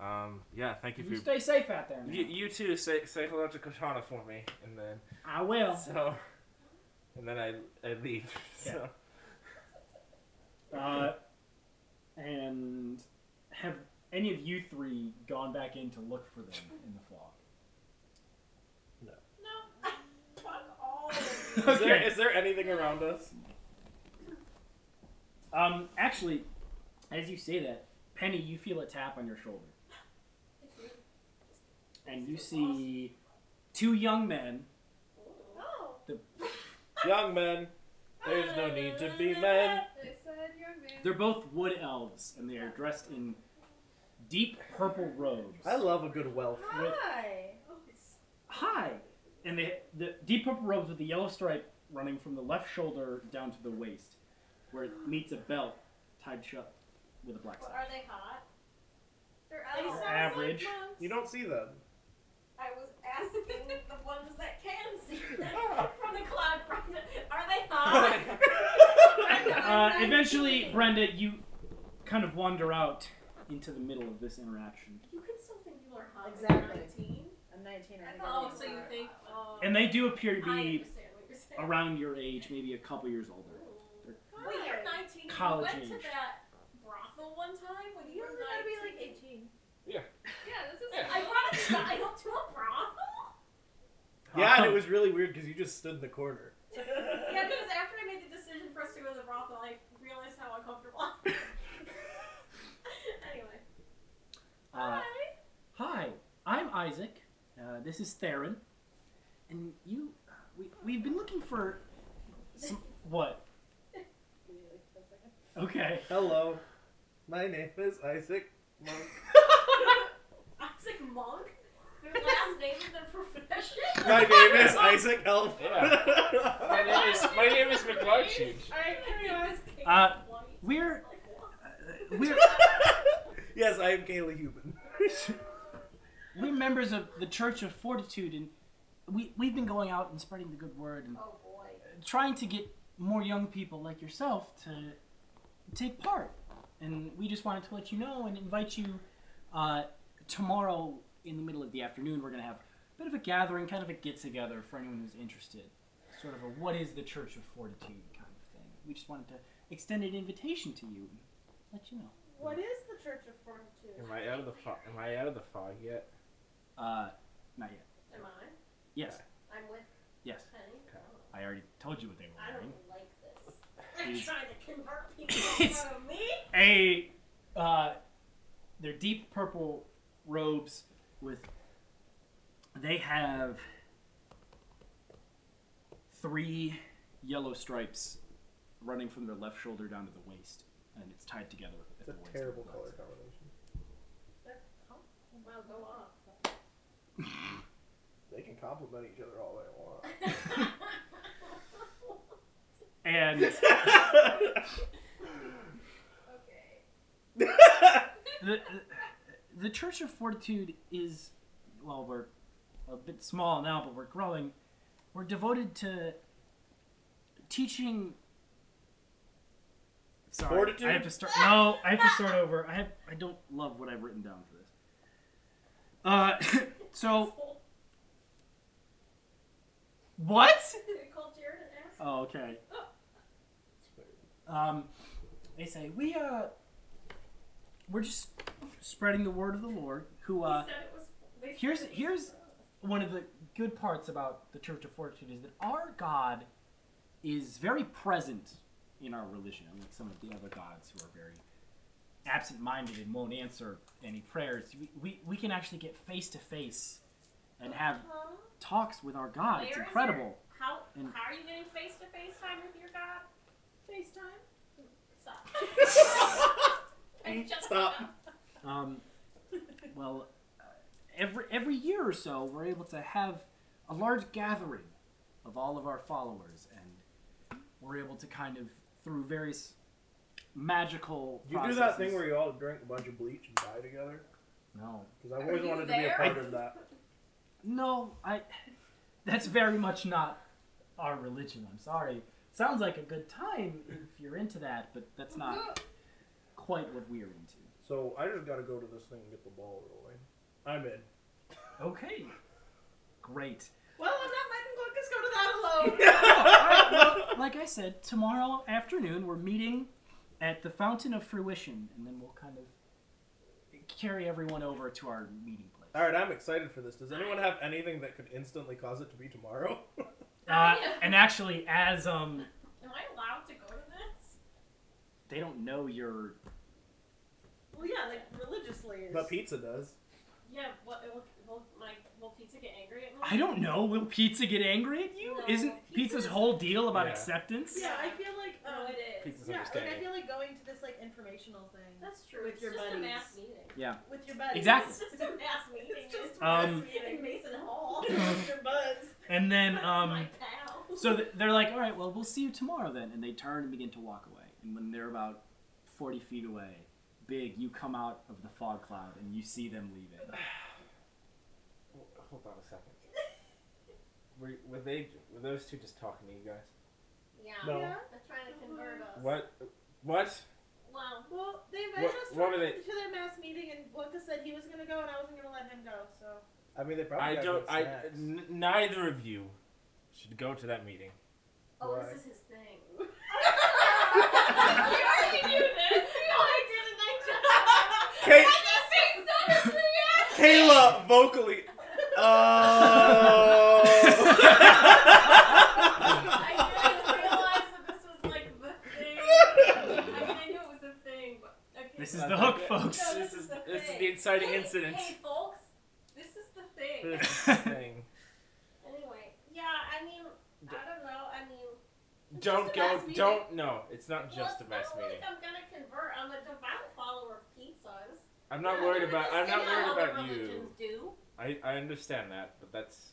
um, yeah, thank you You, for your. stay safe out there. man. You, you too, say, say hello to Katana for me, and then I will. so, and then I I leave. (laughs) So Uh, and have any of you three gone back in to look for them in the fog? No. Fuck all of you. Is, there, Okay. is there anything around us? Um, actually, as you say that, Penny, you feel a tap on your shoulder, and you see two young men. Oh. Young men. There's no need to be men. They said your man. They're both wood elves, and they are dressed in deep purple robes. I love a good wealth. Hi. Hi, and they the deep purple robes with the yellow stripe running from the left shoulder down to the waist, where it meets a belt tied shut with a black But strap. are they hot? They're They elves. sound like Average. monks. You don't see (laughs) them. I was asking the ones that can see (laughs) them from the cloud. front. (laughs) Are they hot? Uh, eventually, Brenda, you kind of wander out into the middle of this interaction, you can still think you are hot. Exactly. Nineteen. I'm 19. I think Oh, I'm so you not. think? Oh. and they do appear to I be understand what you're saying. around your age, maybe a couple years older. Wait, you're 19. College you went age. to that brothel one time when you You were only gotta be like 18. 19. Yeah, this is. I brought a child to a brothel. Yeah, and it was really weird because you just stood in the corner. Yeah, because after I made the decision for us to go to the brothel, I realized how uncomfortable. I was. (laughs) anyway, Uh, hi. Hi, I'm Isaac. Uh, this is Theron, and you. uh, We we've been looking for. Some, what? (laughs) Okay. Hello, my name is Isaac. Monk. Isaac Monk. (laughs) Your last name is their profession. My name (laughs) is Isaac Elf. (laughs) my name is my name is McLarchin. Alright, carry on. Uh, We're uh, we're yes, I am Kayla Human. (laughs) we're members of the Church of Fortitude, and we we've been going out and spreading the good word and Oh boy. trying to get more young people like yourself to take part. And we just wanted to let you know and invite you uh, tomorrow in the middle of the afternoon. We're going to have a bit of a gathering, kind of a get together for anyone who's interested. Sort of a what is the Church of Fortitude kind of thing. We just wanted to extend an invitation to you and let you know. What is the Church of Fortitude? Am I out of the fog? Am I out of the fog yet? Uh, not yet. Am I? Yes, I'm with yes. Penny. Oh, I already told you what they I were don't wearing. like this. I'm Jeez. trying to convert people (coughs) (laughs) in front of me. a uh, their deep purple robes with they have three yellow stripes running from their left shoulder down to the waist and it's tied together at It's a the waist terrible with color knots. combination. Well, go on. They can compliment each other all they and want. okay. the, the Church of Fortitude is, well, we're a bit small now, but we're growing. We're devoted to teaching. Sorry, Fortitude? I have to start. No, I have to start over. I have. I don't love what I've written down for this. Uh, (laughs) so what? They called Jared and asked. Oh, okay. Um, they say we uh, we're just spreading the word of the Lord. Who uh, He said it was. They said here's it was- here's one of the good parts about the Church of Fortitude is that our God is very present in our religion, unlike some of the other gods who are very absent-minded and won't answer any prayers. We we, we can actually get face to face and have Huh? talks with our God. Where is it's your- incredible. How And- how are you getting face to face time with your God? FaceTime? (laughs) Stop. (laughs) I just Stop. Um, well, uh, every every year or so, we're able to have a large gathering of all of our followers, and we're able to kind of through various magical. You do that thing where you all drink a bunch of bleach and die together? no, Because I've Are always you wanted to be a there? (laughs) part of that. no, I. That's very much not our religion. I'm sorry. Sounds like a good time if you're into that, but that's not quite what we're into. So I just gotta go to this thing and get the ball rolling. I'm in. Okay, great. Well, I'm not letting Gluckus go to that alone. (laughs) Alright, well, like I said, tomorrow afternoon we're meeting at the Fountain of Fruition, and then we'll kind of carry everyone over to our meeting place. All right, I'm excited for this. Does anyone have anything that could instantly cause it to be tomorrow? Uh, and actually, as um, Am I allowed to go to this? they don't know your Well, yeah, like religiously. Is... but pizza does. Yeah. What? Will, will my will pizza get angry at me? I don't know. Will pizza get angry at you? No, Isn't pizza's pizza's- whole deal about Yeah. acceptance? Yeah, I feel like. No, Um, Oh, it is. Pizza's yeah, like I understanding. feel like going to this like informational thing That's true. With it's your just a buddies. mass meeting. with your buddies. Exactly. It's just a mass meeting. (laughs) It's just a Um, mass meeting. in Mason (laughs) Hall. (laughs) With your buds. And then my um, pal. so th- they're like, all right, well, we'll see you tomorrow then, and they turn and begin to walk away. And when they're about forty feet away, big, you come out of the fog cloud and you see them leaving. Hold on a second. Were, were they? Were those two just talking to you guys? yeah. No. Yeah. They're trying to convert us. What? What? Well, Well, they invited What- us what to, were they- to their mass meeting, and Gluckus said he was gonna go, and I wasn't gonna let him go. So I mean, they probably. I got don't. good I. snacks. N- neither of you should go to that meeting. oh, Right. this (laughs) is his thing. you already knew this. No, I didn't. I just. Kate, I just (laughs) say so much reaction. Kayla vocally. Oh. I didn't realize that this was like the thing. I mean, I knew it was a thing, but okay. This is the hook, folks. No, this is the This is thing. the inciting hey, incident. Hey, folks, this is the thing. This is the thing. Anyway, yeah, I mean, I don't know. I mean, It's Don't just a go. mass meeting. Don't. No, it's not well, just a it's mass not meeting. Like I'm gonna convert. I'm a devout follower of pizzas. I'm not Yeah, worried I'm about. just I'm not saying worried how other about you. religions Do. I, I understand that, but that's.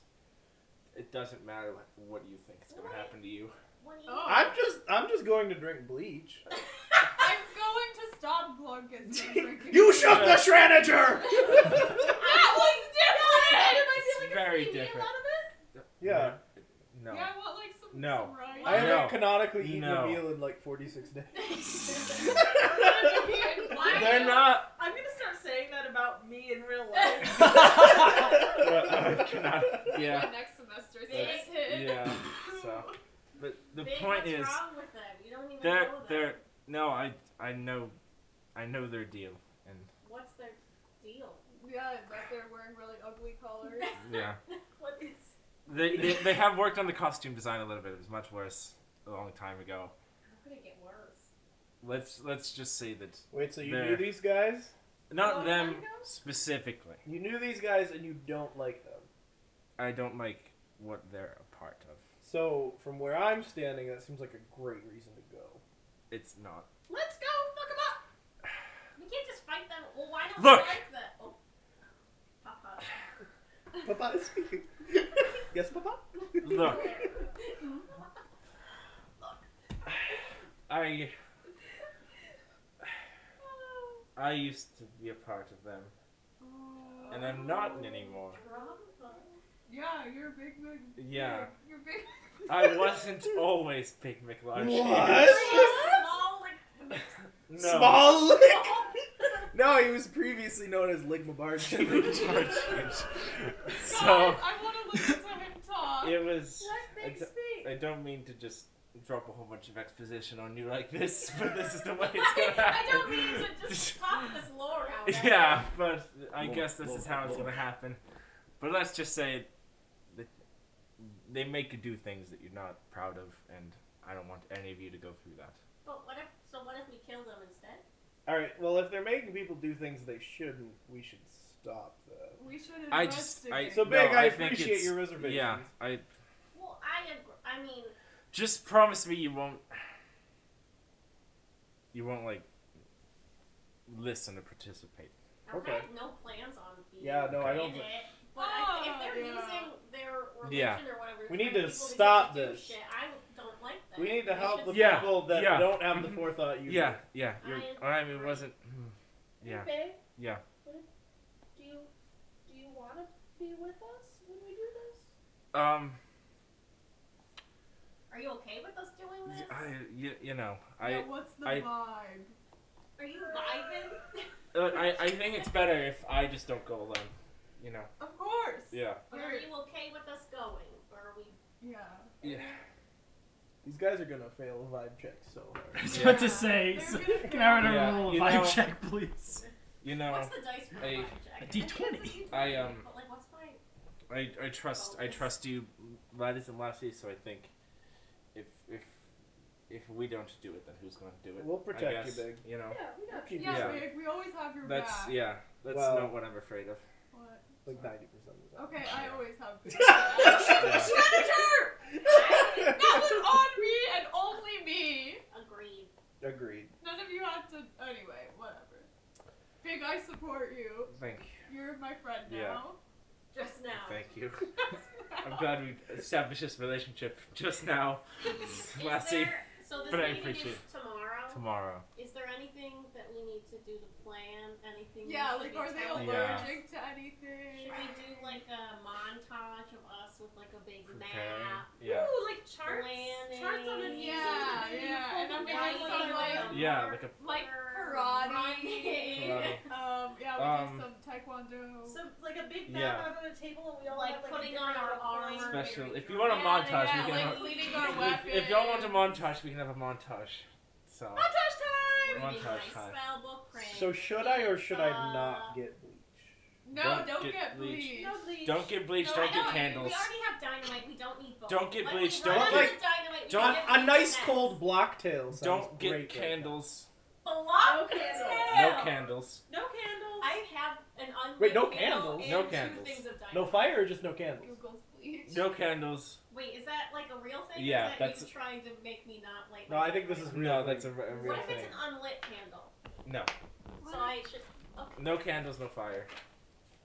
It doesn't matter like, what you think is going Right. to happen to you. What do you? Oh. I'm just. I'm just going to drink bleach. I'm going to stop Glunkus from drinking. you shook the Shranager! that was different. It's very different. (laughs) Yeah, No. Yeah, I want like some, No. some (laughs) rice. I haven't No. canonically eaten No. a meal in like 46 days. Why (laughs) They're do- not. I'm gonna start saying that about me in real life. I cannot- Yeah, Yeah. next semester. So Big- it's (laughs) hit. Yeah. So, but the Big, point what's is, wrong with them? You don't even they're know them. they're no. I I know, I know their deal, and What's their deal? (laughs) Yeah, but they're wearing really ugly collars. yeah. What is? They, they they have worked on the costume design a little bit. It was much worse a long time ago. How could it get worse? Let's let's just say that Wait, so you There. knew these guys? not long them time ago? specifically. You knew these guys, and you don't like them. I don't like what they're a part of. So from where I'm standing, that seems like a great reason to go. It's (laughs) not. Let's go fuck him up. We can't just fight them. Well, why don't Look. we fight them? Oh. Papa. (laughs) Papa is speaking. yes, Papa. Look, I I used to be a part of them. Oh and I'm not anymore. (laughs) (laughs) Yeah, you're a big Mac. (laughs) Yeah. You're big. I wasn't always Big McLarge. (laughs) What? Small, like, No. (laughs) Small lick. No, he was previously known as Ligma (laughs) Barge. so Guys, I want to listen to him talk. it was. What I makes d- me? I don't mean to just drop a whole bunch of exposition on you like this, but this is (laughs) the way it's gonna happen. I don't mean (laughs) to just pop this lore out. there. (laughs) Yeah, but I Lord, guess this Lord, is how it's Lord. gonna happen. But let's just say that they make you do things that you're not proud of, and I don't want any of you to go through that. But what if? So what if we kill them instead? All right. Well, if they're making people do things they shouldn't, we should stop that. We should I just- I- investigate. So, No, Big, I, I think appreciate it's- your reservations. Yeah, I Well, I agree. I mean, just promise me you won't. You won't like listen or participate. I Okay. have no plans on being Yeah. No, I don't. in it. But I, if Oh, they're yeah. using their religion Yeah. or whatever, We need kind of to people get stop do this. Shit, I don't like that. We need to help the should Yeah, people that yeah. don't have the Mhm. forethought. You Yeah, do. yeah. You're, I mean, it wasn't. hmm, Yeah. Babe? Yeah. What if, do you do you want to be with us when we do this? Um. Are you okay with us doing y- this? I. You, you know. (laughs) I. yeah, what's the I- vibe? Are you vibing? Uh, I, I think it's better if I just don't go alone. You know. Of course. Yeah. But are you okay with us going? Or are we? Yeah. Yeah. These guys are gonna fail a vibe check so I (laughs) hard. was Yeah. about to say, They're so, gonna (laughs) can I fail. Yeah, roll a you vibe know- check, please? You know. what's the dice for Uh, I- a a blackjack? D20. I, um, But like, what's my? I, I trust I trust you, laddies and lassies. So I think if if if we don't do it, then who's going to do it? We'll I protect you, guess, Big. You know. Yeah, we got Keep Yeah, Yeah. yourself Big, we always have your That's back. yeah. That's Well- not what I'm afraid of. What? like ninety percent of the time. Okay, I always (laughs) have good Yeah. Senator! That was on me and only me. Agreed. Agreed. None of you have to. Anyway, whatever. Big, I support you. Thank You're my friend now. Yeah. Just you. now. Thank you. (laughs) I'm Now. glad we established this relationship just now, Is Lassie. there- so this But I meeting appreciate is it. tomorrow. Tomorrow. Is there anything that we need to do to plan? Anything? we Yeah, should like, be are they telling- Yeah. allergic to anything? Should we do like a montage of us with like a big Preparing. map? Yeah. Ooh, like charts. Planning. Charts on an easel. Yeah, and then you yeah, pull and them I'm down gonna and some, you like- look. Yeah, like a Like Or (laughs) karate. running. Karate. Um, yeah, we Um, do some taekwondo. Some like a big Yeah. map out on a table, and we all Like have, like putting a on our different outline. armor. special. If you Yeah, want a montage, yeah, we can. like have, cleaning our if, if y'all want a weapons. montage, we can have a montage. So. Reading Montage my time. spell book, praying. So should I or should I Uh, not get bleach? No, Don't don't, get get, bleached. bleached. No bleach. Don't get bleached. No, don't I get know, candles. We already have dynamite. We don't need both. Don't get Like, we bleached, run don't out of get- dynamite, we don't- get A bleached nice next. cold block tail sounds Don't get great right now. candles. Block No candles. tail. No candles. No candles. I have an unlit Wait, no candle candles? and No two candles. things of dynamite. No fire or just no candles? Google's bleached. No candles. Wait, is that like a real thing? Yeah, is that that's- you trying to make me not like? No, I think this is real. No, that's a, re- a real What if thing. it's an unlit candle? No. So I should. No candles, no fire.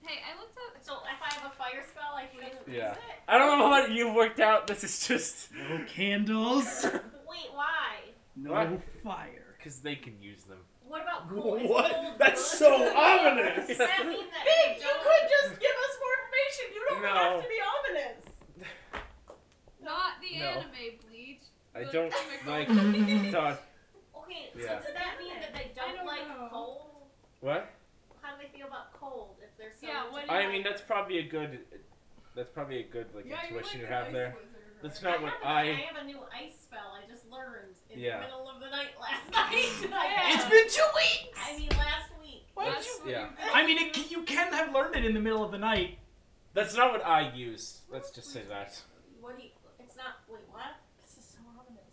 Hey, I looked up. So if I have a fire spell, I can Yeah. use it. I don't know what you've worked out. This is just (laughs) No candles, Wait, why? no What? fire. because they can use them. What (laughs) about cold? Is What? cold That's good? so ominous. Does that mean that Big, (laughs) if you don't- could just give us more information. You don't No. have to be ominous. (laughs) Not the No. anime bleached. I the don't chemical (laughs) like bleach. thought. Okay, Yeah. so does that mean that they don't, don't like know. cold? What? How do they feel about cold if they're so? Yeah, what do I mean, that's probably a good. That's probably a good like yeah, you're intuition like you an have ice there. wizard, (laughs) That's right? not I what have a- I- I have a new ice spell I just learned in Yeah. the middle of the night last (laughs) night. Yeah. It's been two weeks. I mean, last (laughs) week. What? That's what Yeah. you- I mean, it, you can have learned it in the middle of the night. That's not what I use. Let's just say that. What do you? It's not. Wait, what? This is so ominous.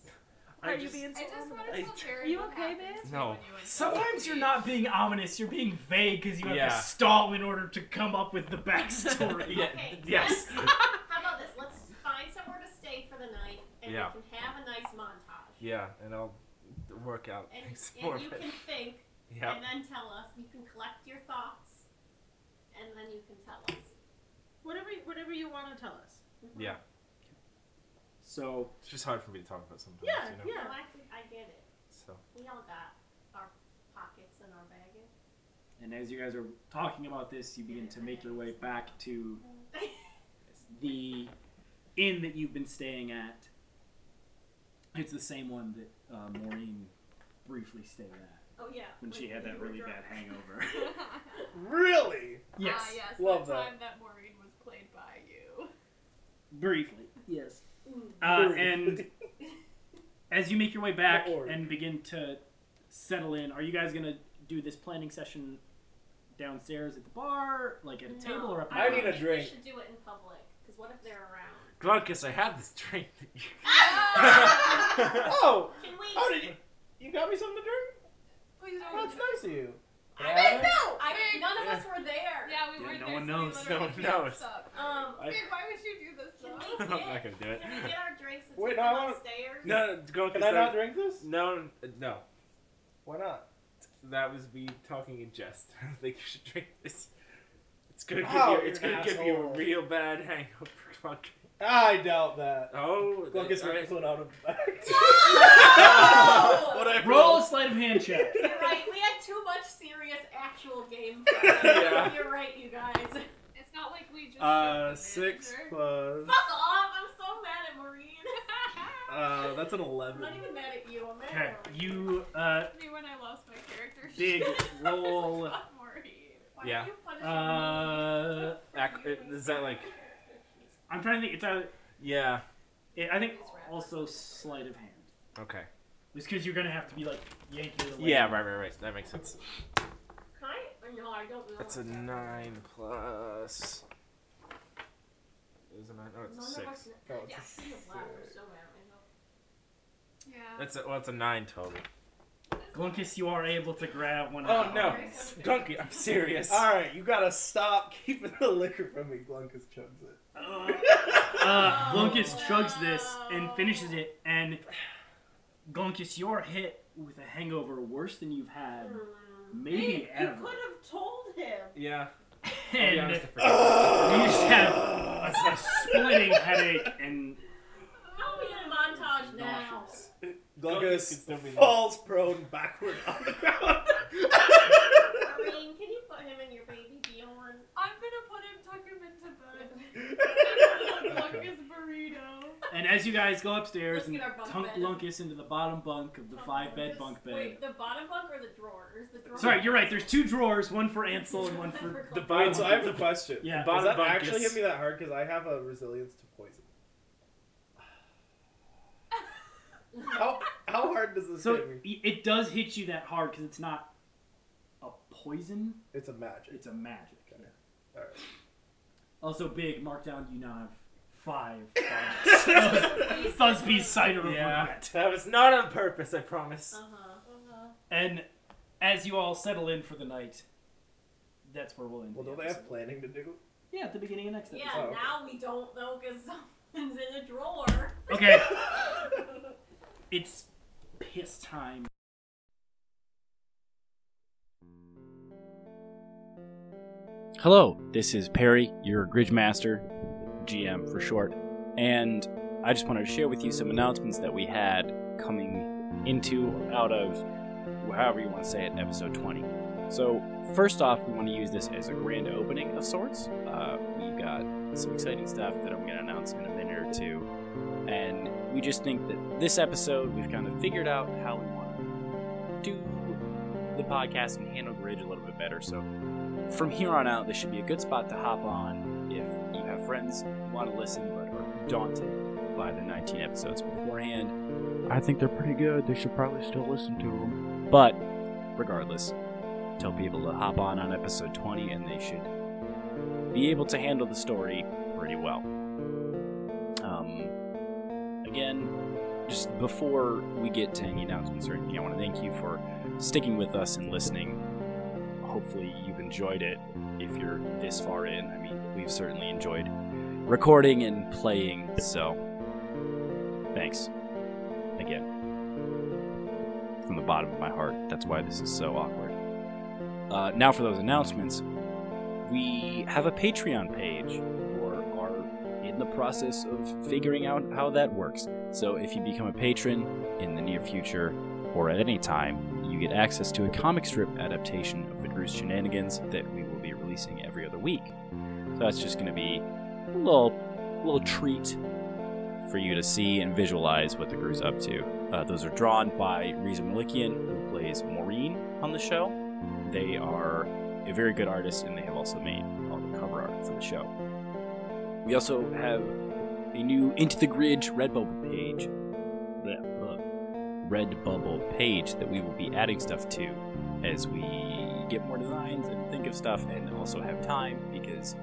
I just, I just want to I- tell Barry. Are you what okay, happens babe? to No. you when you wake Sometimes up. (laughs) you're not being ominous. You're being vague because you have Yeah. to stall in order to come up with (laughs) the (laughs) backstory. (laughs) Yeah, Okay. yes. (laughs) How about this? Let's find somewhere to stay for the night, and Yeah. we can have a nice montage. yeah, and I'll work out And, some more and you of it. can think, (laughs) Yeah. and then tell us. You can collect your thoughts, and then you can tell us. Whatever, whatever you want to tell us. Yeah. So It's just hard for me to talk about sometimes. Yeah, you know? yeah. No, Mm-hmm. I, I get it. So We all got our pockets and our baggage. And as you guys are talking about this, you begin to make your way back to the inn that you've been staying at. It's the same one that uh, Maureen briefly stayed at Oh yeah. when she had that really bad hangover. Really? yes, Ah, yes. Love that that. time that Maureen was played by you. briefly. Yes. (laughs) Mm. Uh, Briefly. (laughs) and as you make your way back Or- and begin to settle in, are you guys gonna do this planning session downstairs at the bar, like at a table, or up? in I the need a lobby? think drink. We should do it in public. Because what if they're (laughs) around? (laughs) Glarkus, I have this drink. that you- (laughs) oh, Can we? oh, did you? You got me something to drink? Please Oh, don't. that's nice of you. I didn't Yeah. know. I mean, none of us were there. Yeah, we Yeah, no were there, one so we knows. No literally one can't knows. suck. Um, I- Babe, why would you do this can though? we I'm not get, gonna do it. (laughs) can we get our drinks and Wait, take no, I them wanna- upstairs? No, Glarkus, Can I not that, drink this? no, no. Why not? That was me talking in jest. (laughs) I don't think you should drink this. It's gonna give Oh, you. It's you're gonna an give you a asshole. real bad hangover, (laughs) Glarkus. I doubt that. Oh, Go get that's some right. clone (laughs) out of the back. No! What I Roll a (laughs) sleight of hand check. You're right. We had too much serious actual (laughs) game. yeah. You're right, you guys. Fuck (laughs) It's not like we just. Uh, showed the six manager. plus. off. I'm so mad at Maureen. (laughs) Uh, that's an I'm eleven. not even mad at you. I'm mad Okay, at Maureen. you uh, Me when I lost my character. (laughs) big sheet. roll. Fuck Maureen. Why Yeah. Are you punishing Uh, Ac- is that like? I'm trying to think. It's either, Yeah. it, I think also sleight of hand. Okay. It's because you're gonna have to be like yanking it away. Yeah. Right. Right. Right. That makes sense. me? Can I? Oh, No, I don't know. That's a nine plus. It was a nine. Oh, None it's a of us. six. Know. Oh, it's yeah, a she was loud. I'm so mad at myself. Yeah. That's a, well. It's a nine total. Glunkus, you are able to grab one. Oh of no, them. (laughs) Gunky, I'm serious. All right, you gotta stop (laughs) keeping the liquor from me. Glunkus chugs it. Oh, Uh, (laughs) Glunkus chugs this and finishes it, and Glunkus, you're hit with a hangover worse than you've had maybe Babe, you ever. could have told him. Yeah. I'll be (laughs) And honest, you I forgot. just have a, a splitting headache and I'll be in a montage now. nauseous. Glunkus could Glunkus still be there. falls prone backward on the (laughs) ground. Maureen, can you put him in your baby Bjorn? (laughs) I'm gonna put him, tuck him into the longest burrito. And as you guys go upstairs Let's and get our bunk tunk bed. Glunkus into the bottom bunk of the five bed bunk bed. Wait, the bottom bunk or the drawers? The drawers. Sorry, you're right. There's two drawers, one for Ansel (laughs) and one for. The Wait, so I have bottom. a question. Yeah. Does Bottom that bunk actually is- hit me that hard? Because I have a resilience to (laughs) poison. how how hard does this So hit me? it, it does hit you that hard because it's not a poison, It's a magic. it's a magic. Okay. All Also, big markdown, you now have five. right. Busby's cider of Yeah. regret. (laughs) That was not on purpose. I promise. Uh huh. And as you all settle in for the night, that's where we'll end. well, the don't they episode. have planning to do? Yeah, at the beginning of next Yeah, episode. okay. now we don't know because something's in a drawer. Okay, it's piss time. Hello, this is Perry, your Gridge Master, GM for short, and I just wanted to share with you some announcements that we had coming into or out of, however you want to say it, episode 20. So, first off, we want to use this as a grand opening of sorts. Uh, we've got some exciting stuff that I'm going to announce in a minute or two, and we just think that this episode, we've kind of figured out how we want to do the podcast and handle Gridge a little bit better. So, from here on out, this should be a good spot to hop on if you have friends who want to listen but are daunted by the 19 episodes beforehand. I think they're pretty good. They should probably still listen to them. But regardless, tell people to hop on on episode 20 and they should be able to handle the story pretty well. Um, again, just before we get to any announcements or anything, I want to thank you for sticking with us and listening. Hopefully, you've enjoyed it. If you're this far in, I mean, we've certainly enjoyed recording and playing, so thanks again. From the bottom of my heart, that's why this is so awkward. Uh, now, for those announcements, we have a Patreon page or our in the process of figuring out how that works. So if you become a patron in the near future or at any time, you get access to a comic strip adaptation of the Gridge Cruise Shenanigans that we will be releasing every other week. So that's just going to be a little, little treat for you to see and visualize what the crew's up to. Uh, those are drawn by Reza Malikian, who plays Maureen on the show. They are a very good artist, and they have also made all the cover art for the show. We also have a new Into the Grid Redbubble page. The uh, Redbubble page that we will be adding stuff to as we get more designs and think of stuff, and also have time because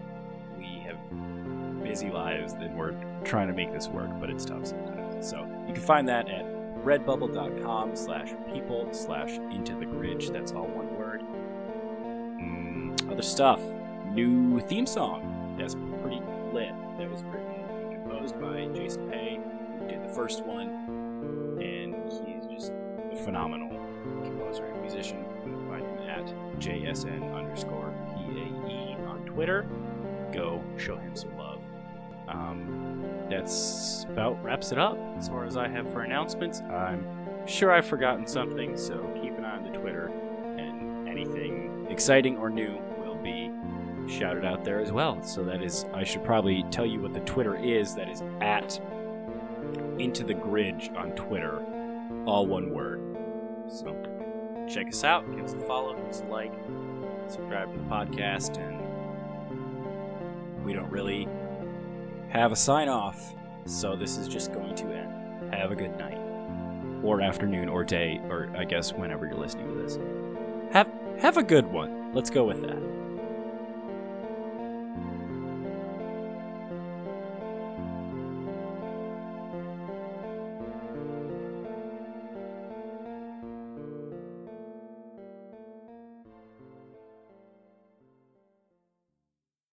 we have busy lives and we're trying to make this work, but it's tough sometimes. So you can find that at redbubble.com slash people slash into the grid. That's all one word. Mm, other stuff. New theme song. That's pretty lit. That was written and composed by Jason Pay, who did the first one. And he's just a phenomenal composer and musician. You can find him at JSN underscore PAE on Twitter. Go show him some love. Um, that's about wraps it up as far as I have for announcements. I'm sure I've forgotten something, so keep an eye on the Twitter, and anything exciting or new will be shouted out there as well. So that is, I should probably tell you what the Twitter is. That is at into the grid on Twitter, all one word. So check us out, give us a follow, give us a like, subscribe to the podcast, and we don't really have a sign off. So this is just going to end. Have a good night, or afternoon, or day, or I guess whenever you're listening to this. Have have a good one. Let's go with that.